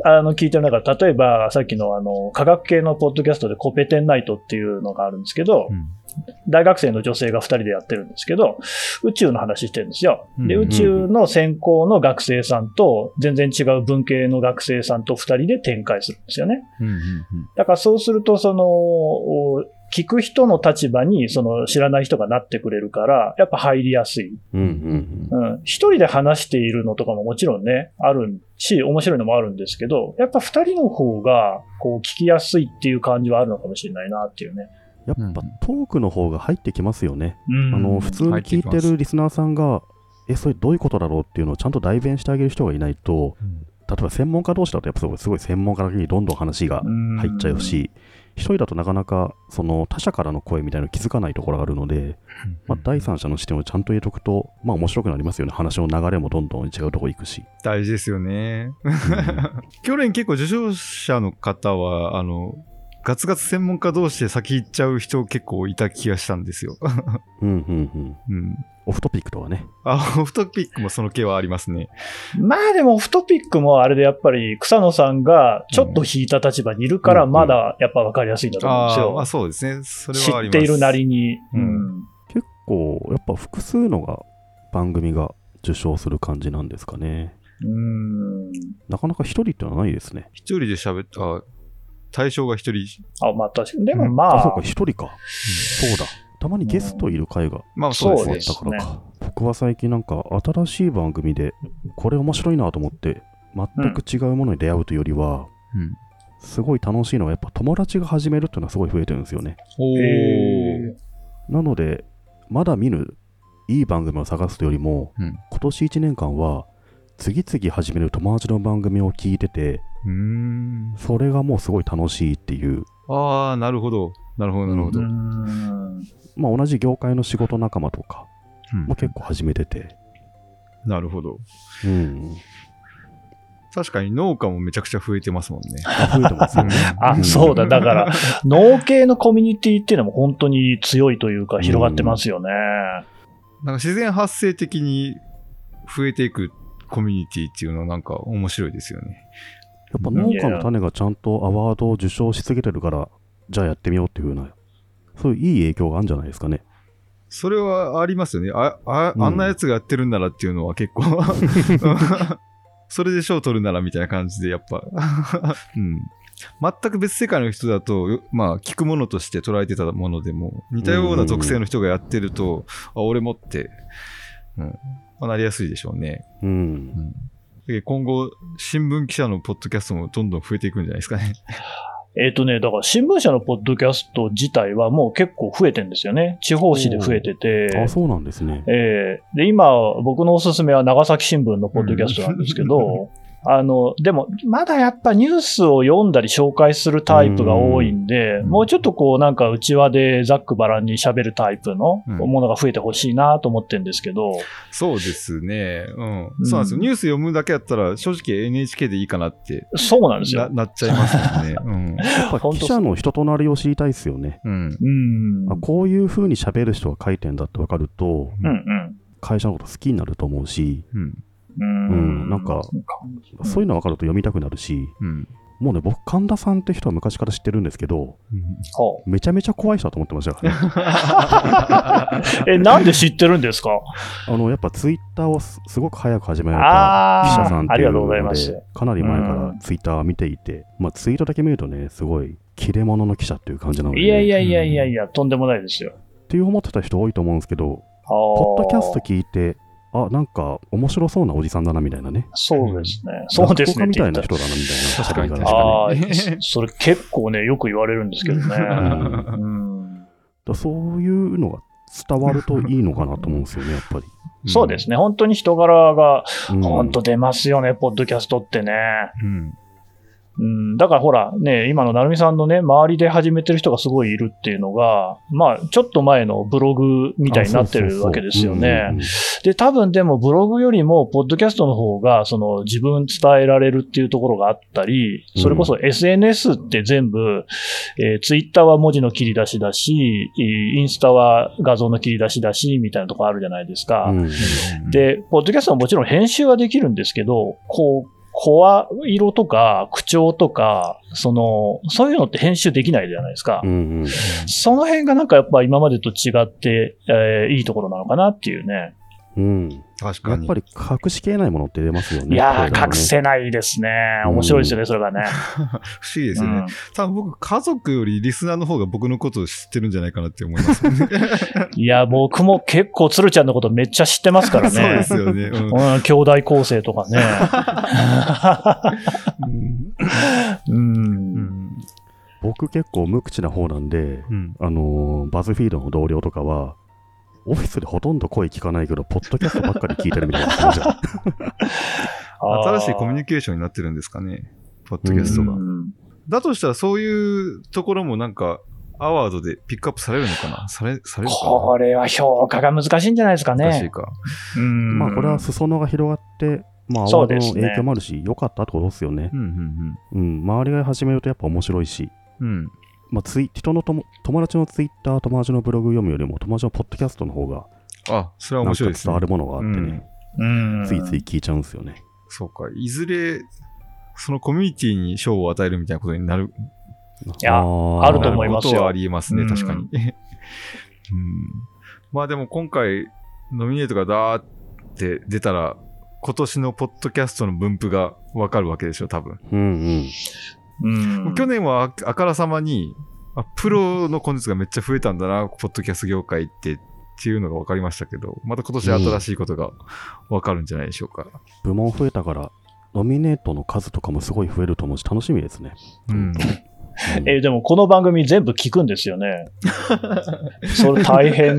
C: あの、聞いてる中で、例えば、さっきの、あの、科学系のポッドキャストでコペテンナイトっていうのがあるんですけど
B: う、ん
C: 大学生の女性が2人でやってるんですけど、宇宙の話してるんですよ。で、
B: うん
C: 宇宙の専攻の学生さんと、全然違う文系の学生さんと2人で展開するんですよね。
B: うんうんうん
C: だからそうすると、その、お聞く人の立場に、その、知らない人がなってくれるから、やっぱ入りやすい。
A: うんうん
C: うん。一人で話しているのとかももちろんね、あるし、面白いのもあるんですけど、やっぱ二人の方が、こう、聞きやすいっていう感じはあるのかもしれないなっていうね。
A: やっぱトークの方が入ってきますよね。
C: うん。
A: あの普通に聞いてるリスナーさんが、え、それどういうことだろうっていうのをちゃんと代弁してあげる人がいないと、例えば専門家同士だと、やっぱすごいすごい専門家だけにどんどん話が
C: 入
A: 入っちゃう。し、一人だとなかなかその他者からの声みたいなの気づかないところがあるので、まあ、第三者の視点をちゃんと入れとくと、まあ面白くなりますよね。話の流れもどんどん違うとこ行く し。
B: 大事ですよね。去年結構受賞者の方は、あの、ガツガツ専門家同士で先行っちゃう人結構いた気がしたんですよ。
A: うん、うん、うんうんうん
B: うん。
A: オフトピックとかね。
B: あ、オフトピックもその系はありますね。
C: まあでも、オフトピックもあれでやっぱり、草野さんがちょっと引いた立場にいるから、
A: うん
C: まだやっぱ分かりやすいんだと思うんです
B: ああ、
C: よ。
B: まあそうですね。それ
C: 知
B: はあり
C: っ
B: ます。
C: ているなりに。
B: うん
C: うん
A: 結構、やっぱ複数のが番組が受賞する感じなんですかね。
C: うん。
A: なかなか一人ってのはないですね。
B: 一人で喋った、対象が一人。
C: あ、まあ確かに。でも
B: うん
C: ま
A: あ、
C: あ
A: そう、か、一人か。そうだ。たまにゲストいる回が
B: まあそうです
A: あ
B: ね。
A: ったからか。僕は最近なんか新しい番組で、これ面白いなと思って、全く違うものに出会うというよりは、
B: うん
A: すごい楽しいのはやっぱ友達が始めるっていうのはすごい増えてるんですよね。
B: おー。
C: え
A: なので、まだ見ぬいい番組を探すというよりも、
B: うん
A: 今年1年間は、次々始める友達の番組を聞いてて、
B: うーん。
A: それがもうすごい楽しいっていう、
B: ああ、なるほど。なるほど、なるほ
C: ー
B: ど。
C: う
B: うん
C: ん
A: まあ、同じ業界の仕事仲間とかも結構始めてて、
B: なるほど。
A: うん、
B: 確かに農家もめちゃくちゃ増えてますもんね。
A: あ増えてますよね。
C: あ、そうだ。だから、農系のコミュニティっていうのも本当に強いというか、広がってますよね。
B: なんか自然発生的に増えていくコミュニティっていうのはなんか面白いですよね。
A: やっぱ農家の種がちゃんとアワードを受賞しすぎてるから、じゃあやってみようっていうふうな、そういういい影響があるんじゃないですかね。
B: それはありますよね。あ、あ、
A: うん
B: あんなやつがやってるんならっていうのは結 構、それで賞取るならみたいな感じでやっぱ、 うん。全く別世界の人だと、よまあ、聞くものとして捉えてたものでも、似たような属性の人がやってると、あ、俺もって、うん、まあなりやすいでしょうね。
A: うん。
B: で今後、新聞記者のポッドキャストもどんどん増えていくんじゃないですかね。
C: えっ、とね、だから新聞社のポッドキャスト自体はもう結構増えてんですよね。地方紙で増えてて。
A: あ、そうなんですね。
C: えーで、今、僕のおすすめは長崎新聞のポッドキャストなんですけど、あの、でも、まだやっぱニュースを読んだり紹介するタイプが多いんで、
B: うん
C: もうちょっとこう、なんか内輪でざっくばらんに喋るタイプの
B: うん
C: ものが増えてほしいなと思ってるんですけど、
B: そうですね。うん。
C: うん
B: そうなんですよ。ニュース読むだけやったら、正直 NHK でいいかなって
C: そうなんです
B: な
C: よ。
B: なっちゃいますもんね。
A: やっぱ
C: 本当
A: 記者の人となりを知りたいですよね。
B: うん。うん。
C: うん。う
A: あ
C: ん
A: こういうふうに喋る人が書いてんだって分かると、
C: うん。
A: 会社のこと好きになると思うし、
B: うん。
C: うん
A: うんなんかそういうの分かると読みたくなるし、
B: うん。
A: もうね、僕、神田さんって人は昔から知ってるんですけど、
C: ほ
A: めちゃめちゃ怖い人だと思ってましたからね。
C: うえ、なんで知ってるんですか
A: あのやっぱツイッターをすすごく早く始められた記者
C: あ
A: さんっ
C: あ、あ
A: て
C: り
A: い
C: が
A: う
C: とうござい
A: の
C: ます
A: で。、かなり前か
C: う
A: らツイッター見ていて、まあ、ツイートだけ見るとね、すごい切れ者の記者っていう感じなので、
C: いやいやいやいやいや、とんでもないですよ。
A: っていう思ってた人多いと思うんですけど、ポ
C: ポ
A: ッドキャスト聞いて、あ、なんか面白そうなおじさんだなみたいなね。
C: そうですね。そうですね
A: 落語家
C: って言
A: み
C: った
A: いな
C: た
A: 人だなみ
B: 確
A: た
B: か
A: い
B: に
A: な。
B: 確
A: だ
C: ああ
B: ね
C: ー、 それ結構ね、よく言われるんですけどね。
A: う
C: うん
A: からそういうのが伝わるといいのかなと思うんですよ ね、やっぱり。
C: そうです
B: ね。
C: ね。本当に人柄が、
A: うん
C: 本当出ますよね、ポッドキャストってね。
B: うん。
C: うん、だからほら、ね、今の成美さんのね、周りで始めてる人がすごいいるっていうのが、まあ、ちょっと前のブログみたいになってるわけですよね。。で、多分でもブログよりも、ポッドキャストの方が、その自分伝えられるっていうところがあったり、それこそ SNS って全部、えー、ツイッターは文字の切り出しだし、えーインスタは画像の切り出しだし、みたいなところあるじゃないですか。
A: うんうん
C: で、ポッドキャストはもちろん編集はできるんですけど、こう、声色とか、口調とか、その、そういうのって編集できないじゃないですか。
A: うんうん
C: その辺がなんかやっぱ今までと違って、えーいいところなのかなっていうね。
A: うん
B: 確
A: や
B: か
A: っ
B: に。
A: ぱり隠しきれないものって出ますよね。
C: い
A: こ
C: や
A: れ
C: ー、
A: がね
C: 隠せないですね。面白いですよね、それがね。
B: 不思議です
C: う
B: よね。
C: ん
B: 多分僕、家族よりリスナーの方が僕のことを知ってるんじゃないかなって思います、ね。
C: いや、僕も結構鶴ちゃんのことめっちゃ知ってますから
B: そうで
C: ね
B: す。よね。うん
C: うん、兄弟構成とかね。 うん
B: うん。
A: 僕結構無口な方なんで、
B: うん。
A: あのーバズフィードの同僚とかは、オフィスでほとんど声聞かないけど、ポッドキャストばっかり聞いてるみたいな感じ が
B: 新しいコミュニケーションになってるんですかね。ポッドキャストが。
C: うん
B: だとしたら、そういうところもなんか、アワードでピックアップされるのかなされ、されるかな
C: これは評価が難しいんじゃないですか
B: 難し
C: ね
B: い。か。
C: うん
A: まあ、これは裾野が広がって、まあ、ア
C: そ
A: ワ
C: う
A: ード
C: で
A: の
C: すね
A: 影響もあるし、良かったってことですよね
B: う。ん、うん、
A: うん、周りが始めるとやっぱ面白いし、
B: うん。うん。
A: まあ、ツイ人のとも友達のツイッター、友達のブログ読むよりも、友達のポッドキャストの方が、
B: あ、それは
A: なん
B: 面
A: か
B: 白
A: 伝
B: いですね。
A: わるものがあってね、
C: うん
A: ついつい聞いちゃうんですよね。
B: そうか。いずれ、そのコミュニティに賞を与えるみたいなことになる、
C: いや
A: ー
C: あると思います
B: な
C: よ
B: ることはありえますね、
C: うん
B: 確かに。 うん。まあでも今回、ノミネートがダーって出たら、今年のポッドキャストの分布がわかるわけでしょ、多分。
A: うんうん。
C: うん
B: 去年はああからさまに、あプロのコンテンツがめっちゃ増えたんだな、ポッドキャスト業界って、っていうのが分かりましたけど、また今年新しいことが分かるんじゃないでしょうか。
A: 部門増えたから、ノミネートの数とかもすごい増えると思うし、楽しみですね。
B: うん。
A: うん
C: えーでもこの番組全部聞くんです よね。それ大変。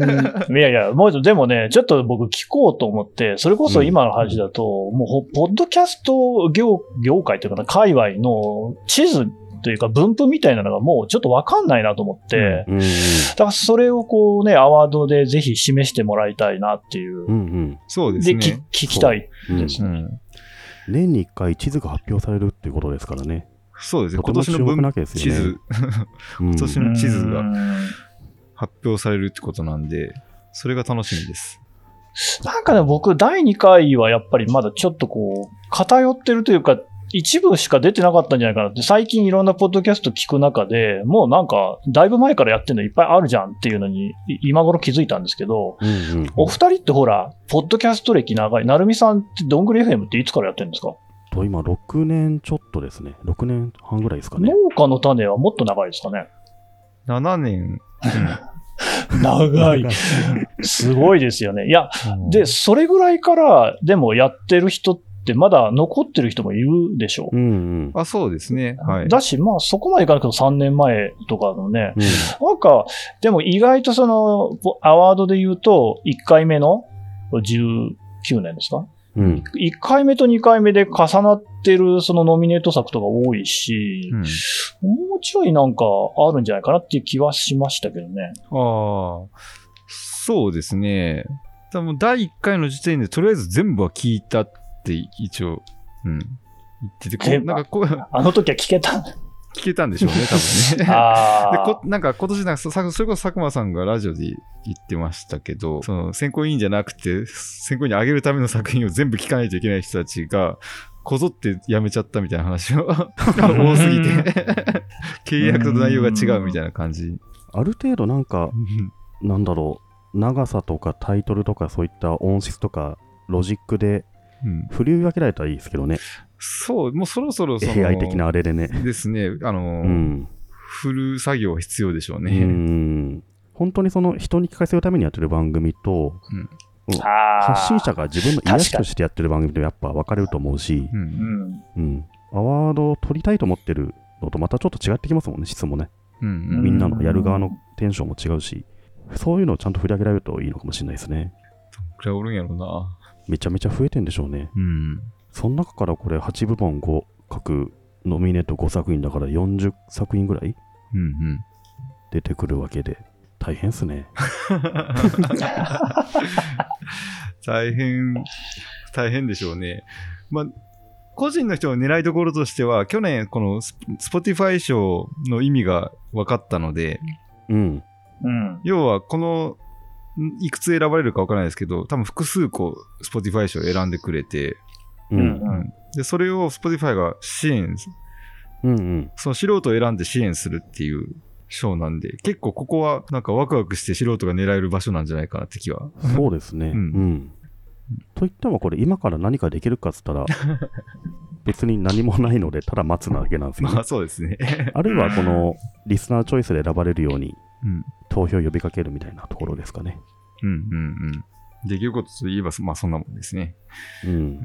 C: いやいや、もうでもね、ちょっと僕聞こうと思って、それこそ今の話だと、もうほポッドキャスト業業界というかな、界隈の地図というか分布みたいなのがもうちょっとわかんないなと思って、
B: うん
A: うんうん
C: だからそれをこうね、アワードでぜひ示してもらいたいなっていう。
A: うんうん
B: そうです
C: で、き
B: ね。
C: 聞きたい。
A: うん
C: です
B: うん
A: 年に1回地図が発表されるっていうことですからね。
B: そうですね。
A: とて
B: 今
A: も
B: 年
A: 注
B: の
A: 目な
B: 分
A: わけです
B: 地
A: よね。
B: 図、
A: 今
B: 今年の地図が
C: うん
B: 発表されるってことなんで、それが楽しみです。
C: なんかね、僕、第2回はやっぱりまだちょっとこう、偏ってるというか、一部しか出てなかったんじゃないかなって、最近いろんなポッドキャスト聞く中で、もうなんか、だいぶ前からやってるのいっぱいあるじゃんっていうのに、い今頃気づいたんですけど、
A: うんうん
C: お二人ってほら、ポッドキャスト歴長い、なるみさんってどんぐり FM っていつからやってるんですか
A: と今6年ちょっとですね。6年半ぐらいですかね。
C: 農家の種はもっと長いですかね
B: 7年。
C: 長い。 すごいですよね。いや、で、それぐらいから、でもやってる人ってまだ残ってる人もいるでしょう
A: うんうん。
B: あ、そうですね。はい。
C: だし、まあそこまでいかなくても3年前とかのね、
A: うん
C: なんか、でも意外とその、ぼアワードで言うと、1回目の19年ですか
A: うん、
C: ?1 回目と2回目で重なってるそのノミネート作とか多いし
B: う、ん、
C: もうちょいなんかあるんじゃないかなっていう気はしましたけどね。
B: ああ、そうですね。多分第1回の時点で、とりあえず全部は聞いたって、一応、うん。言ってて、こ
C: 全
B: う
C: 部
B: なんかこう、聞
C: あの時は聞けた。
B: けたんでしょうね、多 分ね。で
C: あ
B: こなんか今年なんかささそれこそ佐久間さんがラジオで言ってましたけどその選考委員じゃなくて選考委員にあげるための作品を全部聞かないといけない人たちがこぞってやめちゃったみたいな話を 多すぎて契約と内容が違うみたいな感じ
A: ある程度なんか、なんだろう、長さとかタイトルとかそういった音質とかロジックで
B: うん
A: 振り分けられたらいいですけどね。
B: そうもうそろそろその
A: AI 的なあれでね。
B: ですねあの、
A: うん。
B: 振る作業は必要でしょう
A: う
B: ね。
A: ん本当にその人に聞かせるためにやってる番組と、
C: あー
A: 発信者が自分の癒し
C: 確か
A: と
C: に
A: してやってる番組でもやっぱ分かれると思うし、
B: う。
C: うんん。
A: うん、アワードを取りたいと思ってるのとまたちょっと違ってきますもんね、質もね。
B: うん。うん
A: みんなのやる側のテンションも違うし、そういうのをちゃんと振り上げられるといいのかもしれないですね。
B: くらいおるんやろうな。
A: めちゃめちゃ増えてんでしょうね。
B: うん。
A: その中からこれ8部門5各ノミネート5作品だから40作品ぐらい
B: うんうん。
A: 出てくるわけで、大変っすね。
B: 大変、大変でしょうね。まあ、個人の人の狙いどころとしては、去年、このススポティファイ賞の意味が分かったので、
A: うん。
C: うん。
B: 要はこの、んいくつ選ばれるか分からないですけど、多分複数個スポティファイ賞を選んでくれて、
A: うん。うん
B: うんで、それをスポティファイが支援、
A: うんうん。
B: その素人を選んで支援するっていう賞なんで、結構ここはなんかワクワクして素人が狙える場所なんじゃないかなって気は。
A: そうですね。
B: う
A: うんん。といってもこれ今から何かできるかっつ ったら別に何もないのでただ待つなわけなんですよ、ね
B: まあそうですね。
A: あるいはこのリスナーチョイスで選ばれるように
B: うん
A: 投票を呼びかけるみたいなところですかね。
B: うんうんうん。できることといえば、まあそんなもんですね。
A: うん。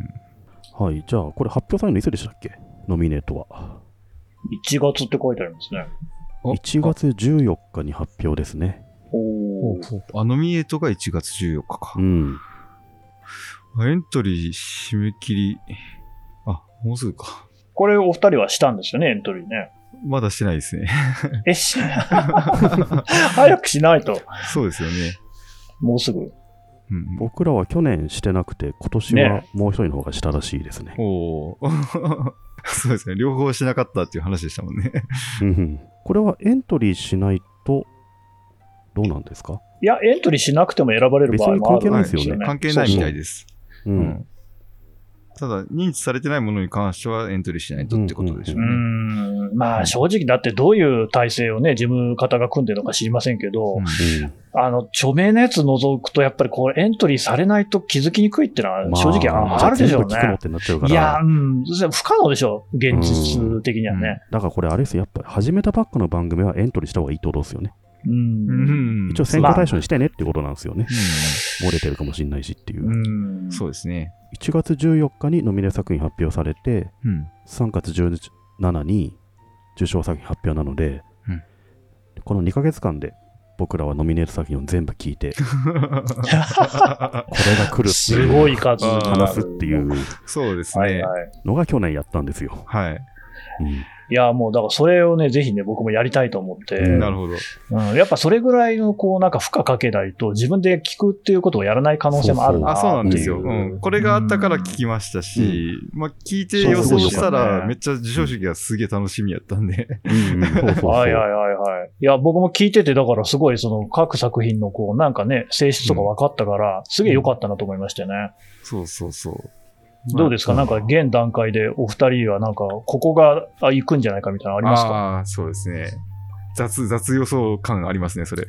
A: はい、じゃあこれ発表されるのいつでしたっけノミネートは。
C: 1月って書いてありますね。
B: お
A: 1月14日に発表ですね。
C: おー
B: あノミネートが1月14日
A: う
B: か。
A: ん。
B: エントリー締め切り。あ、もうすぐか。
C: これお二人はしたんですよね、エントリーね。
B: まだしてないですね。
C: え、し、 早くしないと。
B: そうですよね。
C: もうすぐ。
B: うん、
A: 僕らは去年してなくて、今年はもう一人の方がしたらしいですね。
B: おお。 そうですね。両方しなかったっていう話でしたもんね。
A: うんこれはエントリーしないと、どうなんですか
C: いや、エントリーしなくても選ばれる場合もあ
A: 別に関係
C: る
A: ない
C: ん
A: ですよね
B: 関係ないみたいです。
A: う。
B: うんんただ、認知されてないものに関してはエントリーしないとってことでしょう
C: う
B: ね。
C: んまあ正直だってどういう体制をね、事務方が組んでるのか知りませんけど、
B: うん
C: あの、著名なやつ除くとやっぱりこうエントリーされないと気づきにくいっての
A: う
C: は
A: んま
C: 正直ああるでしょう
A: じゃあ全部聞くのっ
C: ね。
A: てなっちゃうか
C: いや、
A: ら。
C: うん、不可能でしょう、現実的にはね。
A: だからこれ、あれですよ、やっぱり始めたばっかの番組はエントリーした方がいいってことですよね。
C: うん。
B: うん
A: 一応選考対象にしてねってことなんですよね。
B: う
A: 漏れてるかもしれないしっていう。
C: うん
B: んそうですね。
A: 1月14日にノミネート作品発表されて、
B: うん。
A: 3月17に受賞作品発表なので、
B: うん
A: この2ヶ月間で僕らはノミネート作品を全部聞いて、これが来るって
C: す
A: いう
C: ごい数
B: あー
A: 話すっていう
B: そうです
C: はい
B: ね。
C: はい。
A: のが去年やったんですよ。
B: はい。
A: うん
C: いや、もうだからそれをね、ぜひね、僕もやりたいと思って、
A: うん
B: なるほど。
C: うん、やっぱそれぐらいのこう、なんか負荷かけないと、自分で聞くっていうことをやらない可能性もあるな
B: あ、そうなんですよ。
C: って
B: う、
C: いうん
B: これがあったから聞きましたし、まあ、聞いて
A: そう
B: 予
A: そうそう
B: 想した
C: そう
B: ら、
C: ね
B: めっちゃ授賞式がすげえ楽しみやったんで。
A: そうそうそう
C: はいはいはいはい。いや、僕も聞いてて、だからすごいその各作品のこう、なんかね、性質とか分かったから、すげえ良かったなと思いましたよね。
B: そうそうそう。
C: どうですかなんか現段階でお二人はなんか、ここがあ行くんじゃないかみたいなのありますか
B: ああー、そうですね。雑、雑予想感ありますね、それ。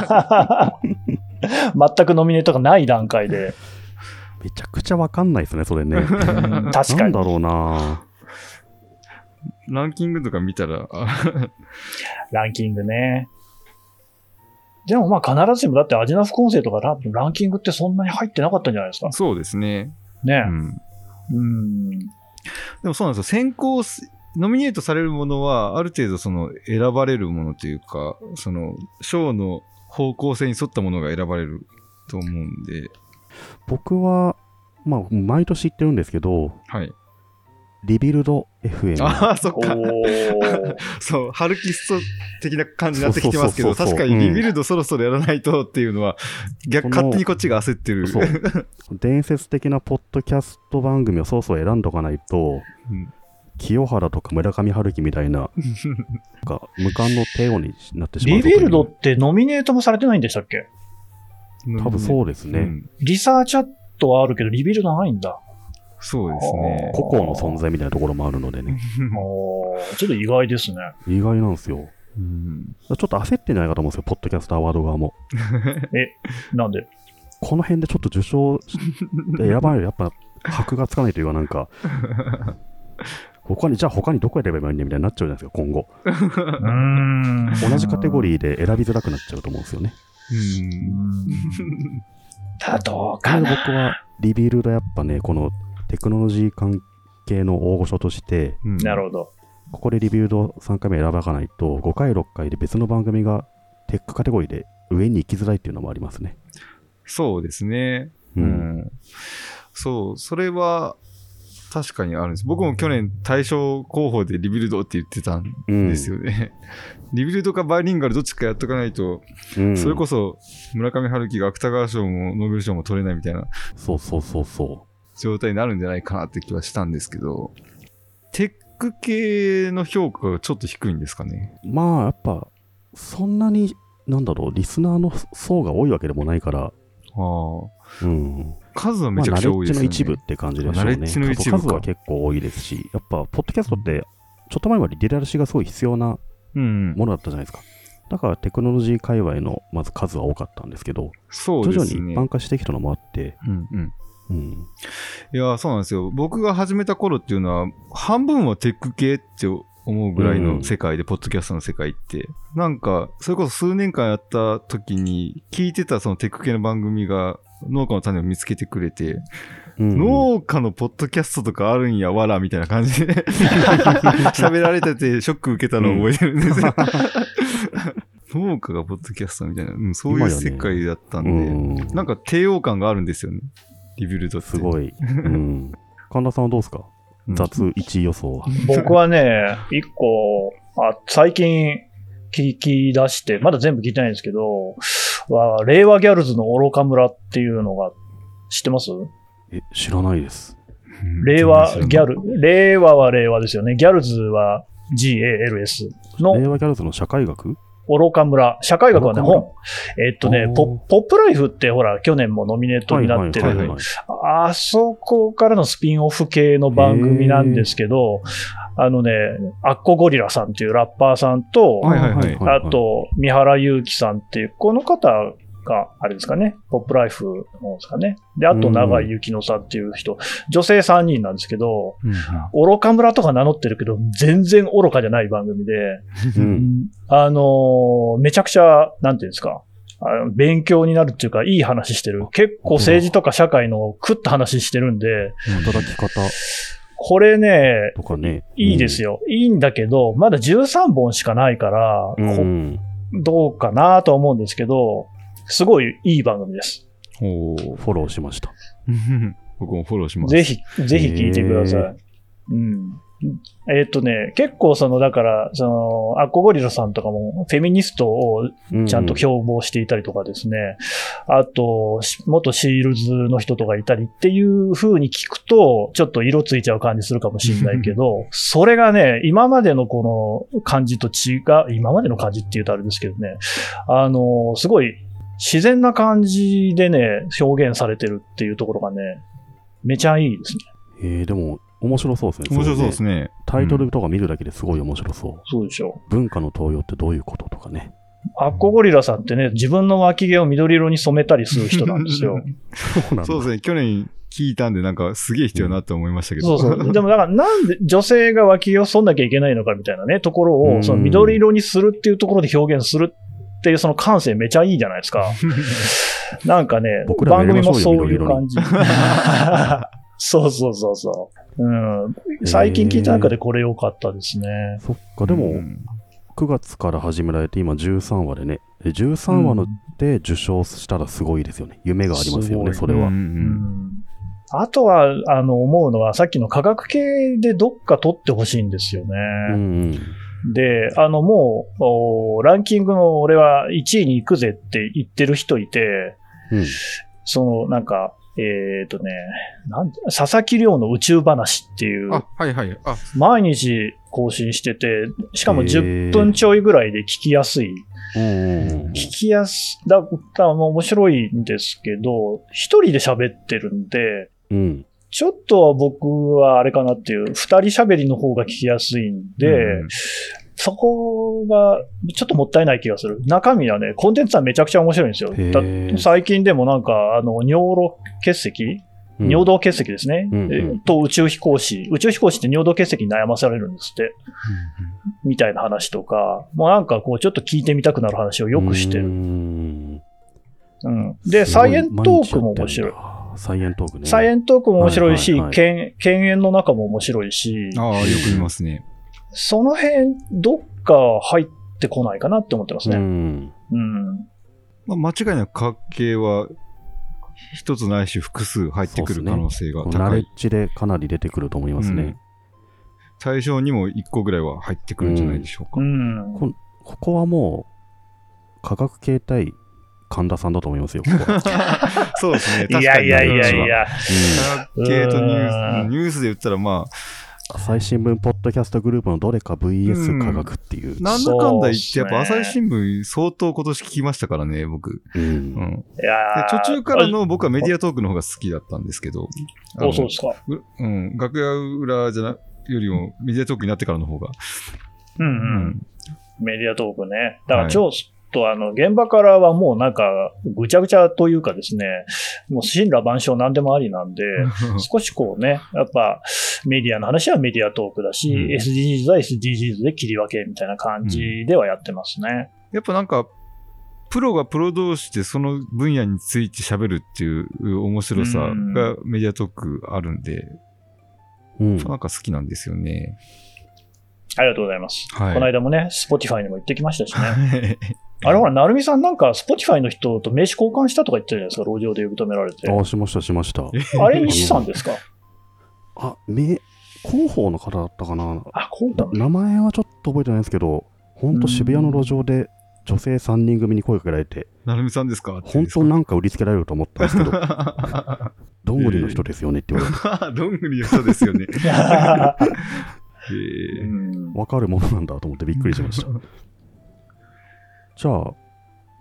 C: 全くノミネートがない段階で。
A: めちゃくちゃわかんないですね、それね。な
C: 確か
A: ん
C: に
A: だ。ろうな
B: ランキングとか見たら、あ
C: ランキングね。でもまあ必ずしもだってアジナフコンセとかラランキングってそんなに入ってなかったんじゃないですか
B: そうですね。
C: ね
B: う。ん。
C: うん。
B: でもそうなんですよ。先行す、ノミネートされるものは、ある程度その選ばれるものというか、その、賞の方向性に沿ったものが選ばれると思うんで、
A: 僕は、まあ、毎年言ってるんですけど、
B: はい。
A: リビルド FM。
B: ああ、そっ
C: お
B: か。
C: ー。
B: そう、ハルキスト的な感じになってきてますけど、
A: そうそう
B: 確
A: そうそ
B: か
A: う
B: にリビルドそろそろやらないとっていうのは、逆、
A: その
B: 勝手にこっちが焦ってる。
A: そう伝説的なポッドキャスト番組をそうそう選んどかないと、
B: うん
A: 清原とか村上春樹みたいな、なんか無冠の帝王になってしまう
C: リ
A: ことに。
C: ビルドってノミネートもされてないんでしたっけ
A: 多分そうです
B: う
A: ね。
B: ん
C: リサーチャットはあるけど、リビルドないんだ。
B: そうですね。
A: 個々の存在みたいなところもあるのでね。
C: おーちょっと意外ですね。
A: 意外なんですよ。
B: うん
A: ちょっと焦ってんじゃないかと思うんですよ、ポッドキャストアワード側も。
C: なんで。
A: この辺でちょっと受賞し、やばいよ、やっぱ箔がつかないというか、なんか、他に、じゃあ他にどこやればいいんだみたいになっちゃうじゃないですか、今後。
C: うん
A: 同じカテゴ
C: ー。
A: リーで選びづらくなっちゃうと思うんですよね。
B: うん。
C: だと
A: な
C: か
A: ので
C: な。
A: 僕はリビールドやっぱね、このテクノロジー関係の大御所として、
B: うん
C: なるほど。
A: ここでリビルド3回目選ばないと、5回、6回で別の番組がテックカテゴリーで上に行きづらいっていうのもありますね。
B: そうですね。
A: う。
B: うんん。そう、それは確かにあるんです。僕も去年対象候補でリビルドって言ってたん
A: うん
B: ですよね。 リビルドかバイリンガルどっちかやっとかないと、
A: うん
B: それこそ村上春樹が芥川賞もノーベル賞も取れないみたいな
A: そうそうそうそ
B: 状態になるんじゃないかなって気はしたんですけど、テック系の評価がちょっと低いんですかね。
A: う。まあ、やっぱ、そんなに、なんだろう、リスナーの層が多いわけでもないから、
B: ああ。
A: うん。
B: 数はめ
A: まあ、
B: ちゃ
A: ナ
B: くち
A: レ
B: ゃ多
A: ッ
B: い
A: ジ
B: です
A: の
B: よね。
A: 一部って感じでしょう
B: ナ
A: ね。
B: レッジの一部か
A: 数は結構多いですし、やっぱ、ポッドキャストって、ちょっと前までリテラシーがすごい必要な
B: うん。
A: ものだったじゃないですか。だからテクノロジー界隈のまず数は多かったんですけど、
B: そう
A: 徐
B: で
A: 々に
B: す
A: 一
B: ね。
A: 般化してきたのもあって、
B: うんうん。
A: うん、
B: いやー、そうなんですよ。僕が始めた頃っていうのは、半分はテック系って思うぐらいの世界で、ポッドキャストの世界って。なんか、それこそ数年間やった時に、聞いてたそのテック系の番組が、農家の種を見つけてくれて、
A: うん
B: 農家のポッドキャストとかあるんや、わら、みたいな感 じで、喋られてて、ショック受けたのを覚えてるんですよ。 農家がポッドキャストみたいな、うんそういう
A: 今やね
B: 世界だったんで、
A: うん
B: なんか帝王感があるんですよね。リビルドって。
A: すごい、 うん、神田さんはどうですか、
B: うん
A: 雑1位予想は。
C: 僕はね、 一個、あ最近聞き出して、まだ全部聞いてないんですけど、は令和ギャルズの愚か村っていうのが、知ってます
A: え、知らないです。
C: 令和ギャ
B: ル。
C: ル、令和は令和ですよね。ギャルズは GALS の
A: 令和ギャルズの社会学
C: 愚か村。社会学はね、
A: 愚か村
C: 本。えっとね
A: おー
C: ポ、ポップライフってほら、去年もノミネートになってる
A: はいはいはいはい
C: あそこからのスピンオフ系の番組なんですけど、あのね、アッコゴリラさんっていうラッパーさんと、
B: はいはいはい
A: はいはい
C: あと、三原祐希さんっていう、この方が、あれですかね、ポップライフのですかね。で、あと、長井幸乃さんっていう人、女性3人なんですけど、愚か村とか名乗ってるけど、全然愚かじゃない番組で、
A: うん
C: あのーめちゃくちゃ、なんていうんですか、あの勉強になるっていうか、いい話してる。結構政治とか社会の食った話してるんで、
A: 働き方
C: これね、
A: とかね。
C: いいですよ。いいんだけど、まだ13本しかないから、
A: うん。
C: こ
A: うん
C: どうかなとは思うんですけど、すごいいい番組です。
B: お
A: フォローしました。
B: 僕もフォローします。
C: ぜひ、ぜひ聞いてください。うん。えーっとね、結構その、だから、その、アッコゴリラさんとかも、フェミニストを
A: うん
C: ちゃんと標榜していたりとかですね、あと、し元シールズの人とかいたりっていう風に聞くと、ちょっと色ついちゃう感じするかもしれないけど、それがね、今までのこの感じと違う、今までの感じって言うとあれですけどね、あの、すごい自然な感じでね、表現されてるっていうところがね、めちゃいいですね。
A: えーでも、面白そうですね。
B: 面白そうです
A: ね。
B: ね。
A: タイトルとか見るだけですごい面白そう。
C: そうでしょ
A: 文化の盗用ってどういうこととかね。
C: アッコゴリラさんってね、自分の脇毛を緑色に染めたりする人なんですよ。
A: そうなんだ
B: そうですね。去年聞いたんで、なんかすげえ必要だなと思いましたけど。
C: そう そう。でもだからなんで女性が脇毛を剃んなきゃいけないのかみたいなね、ところ
A: うん
C: を、その緑色にするっていうところで表現するっていうその感性めちゃいいじゃないで すか。なんかね、
A: 僕らも
C: 番
A: やり
C: 組
A: ましょうよ
C: もそういう感じ。 そうそうそうそう。うん。最近聞いた中でこれ良かったですね。
A: そっか、で
B: う
A: も、
B: ん
A: 9月から始められて、今13話でね、え13話ので受賞したらすごいですよね。夢がありますよね、
C: す
A: そ
C: ご
A: れ
B: う
A: は。
B: ん
C: あとは、あの、思うのは、さっきの科学系でどっか取ってほしいんですよね。
A: うんうん
C: で、あのもう、おランキングの俺は1位に行くぜって言ってる人いて、
A: うん
C: そのなんか、えっ、とね、なん佐々木亮の宇宙話っていう、
B: あ、はいはい。あ、
C: 毎日更新してて、しかも
A: へー
C: 10分ちょいぐらいで聞きやすい。
A: うんうんうん
C: 聞きやす、だ、だもう面白いんですけど、一人で喋ってるんで、
A: うん
C: ちょっと僕はあれかなっていう、二人喋りの方が聞きやすいんで、
B: うん
C: そこがちょっともったいない気がする。中身はね、コンテンツはめちゃくちゃ面白いんですよ。
A: へー
C: だ最近でもなんか、あの、尿路結石
A: うん
C: 尿道結石ですね、
A: うん
C: えーと宇宙飛行士、宇宙飛行士って尿道結石に悩まされるんですって、みたいな話とか、もうなんかこう、ちょっと聞いてみたくなる話をよくして
A: うー
C: る。
A: ん
C: うん、で、サイエントークも面白い。。
A: サイエントークね。
C: サイエ
A: ン
C: ントークも面白いし、
A: はいはいはい
C: 犬犬猿の中も面白いし、
B: ああ、よく見ますね。
C: その辺、どっか入ってこないかなって思ってますね。うん。
B: まあ、間違いなく関係は、一つないし複数入ってくる可能性が
A: ナ
B: 高
A: レッ
B: い。
A: ジでかなり出てくると思いますね。
B: 対象にも一個ぐらいは入ってくるんじゃないでしょうか。
C: うん。
A: こここはもう、科学形態、神田さんだと思いますよ、ここは
B: そうですね。
C: いやいやいやいや、
B: 科学系とニュース、
C: うん
B: ニュースで言ったら、まあ、
A: うん朝日新聞ポッドキャストグループのどれか
B: う
A: VS
B: ん
A: 科学っていう。
B: なんだかんだ言って、やっ
C: そうっすね
B: ぱ朝日新聞相当今年聞きましたからね、僕。
A: うん
B: うん。で
C: いや
B: 途中からの僕はメディアトークの方が好きだったんですけど。あ
C: お
B: の
C: そうですか。
B: ううん。楽屋裏じゃな、よりもメディアトークになってからの方が。
C: うん
B: う
C: うん。。メディアトークね。だから
B: はい
C: ちょっとあの、現場からはもうなんか、ぐちゃぐちゃというかですね、もう神羅万象何でもありなんで、少しこうね、やっぱメディアの話はメディアトークだし、
B: うん
C: SDGs は SDGs で切り分けみたいな感じではやってますね。
B: やっぱなんか、プロがプロ同士でその分野について喋るっていう面白さがメディアトークあるんで、
A: うん
B: なんか好きなんですよね。
C: ありがとうございます。
B: はい
C: この間もね、Spotify にも行ってきましたしね。 あれほら、なるみさんなんか Spotify の人と名刺交換したとか言ってるじゃないですか、路上で呼び止められて。
A: ああ、しました、しました。
C: あれ、西さんですか
A: あ、め、広報の方だったかな。
C: あ、こうだ。
A: 名前はちょっと覚えてないんですけど、本当渋谷の路上で女性3人組に声かけられて、
B: なるみさんですか
A: 本当なんか売りつけられると思ったん ですけ ど、ど
B: 当
A: んぐりの人ですよねって言われて、
B: どんぐりの人です よね。え
C: う
B: ー
C: ん
A: わかるものなんだと思ってびっくりしました。じゃあ、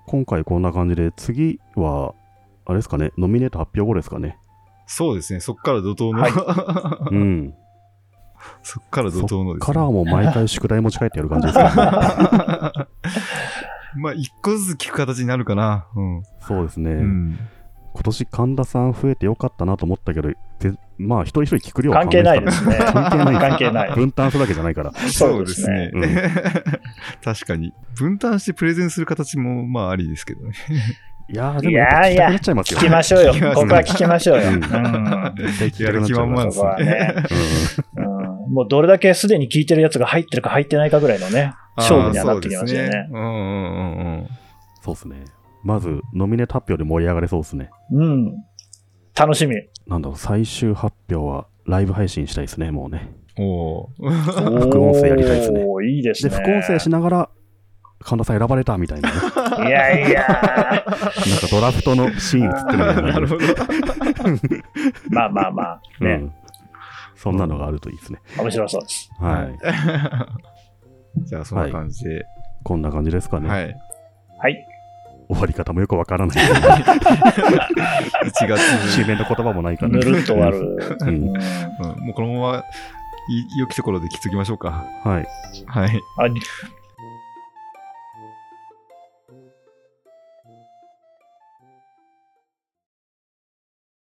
A: 今回こんな感じで、次は、あれですかね、ノミネート発表後ですか ね。
B: そうですね、そっから怒涛の、
C: はい
A: うん。
B: そっから怒涛のです、ね。
A: カラーもう毎回宿題持ち帰ってやる感じですからね。
B: まあ、一個ずつ聞く形になるかな。うん。
A: そうですね。
B: うん
A: 今年神田さん増えてよかったなと思ったけど、ぜまあ一人一人聞く量は
C: 関係ないで
A: 変わん
C: すね。
A: 関係ない
C: 関係ない。
A: 分担するわけじゃないから。
B: そうですね。
A: そうです
B: 確かに。分担してプレゼンする形も、まあ、ありですけどね。
A: いやー、でもやっぱ聞きたくなっちゃいますよ
C: 聞き
A: ね。
C: ましょう
B: 聞
C: よ
B: きます。ね
C: ここは聞きましょうよ。
A: う
C: うんん
A: 絶対聞きたく
B: やる
A: なっ
B: 気
A: ちゃい
B: 満
A: ま
B: 々ですすね。
C: うんもうどれだけすでに聞いてるやつが入ってるか入ってないかぐらいのね、 勝負にはなってきますよ
B: あーそうで
C: ね。
B: うんうんうんうん。
A: そうですね。まず、ノミネート発表で盛り上がれそうですね。
C: うん。楽しみ。
A: なんだろう、最終発表はライブ配信したいですね、もうね。
B: お
A: 副音声やりたいですね
C: おーいいです
A: で、
C: ね。
A: 副音声しながら、神田さん選ばれたみたい なね、なんか
C: いやいや、
A: ドラフトのシーン映ってるみたいな。
B: なるほど。
C: まあまあまあ、
A: う
C: ね、
A: んそんなのがあるといいですね。
C: 面白そうです。
A: はい。
B: じゃあ、そんな感じで。
A: こんな感じですかね。
B: はい。
C: はい。
A: 終わり方もよくわ からない。
B: 1月
A: 締めの言葉もないから。
C: ぬるっと終わる。
A: う
C: うんん
B: うんもうこのままい良きところで切っときましょうか。
A: はい。
B: はい。
C: あ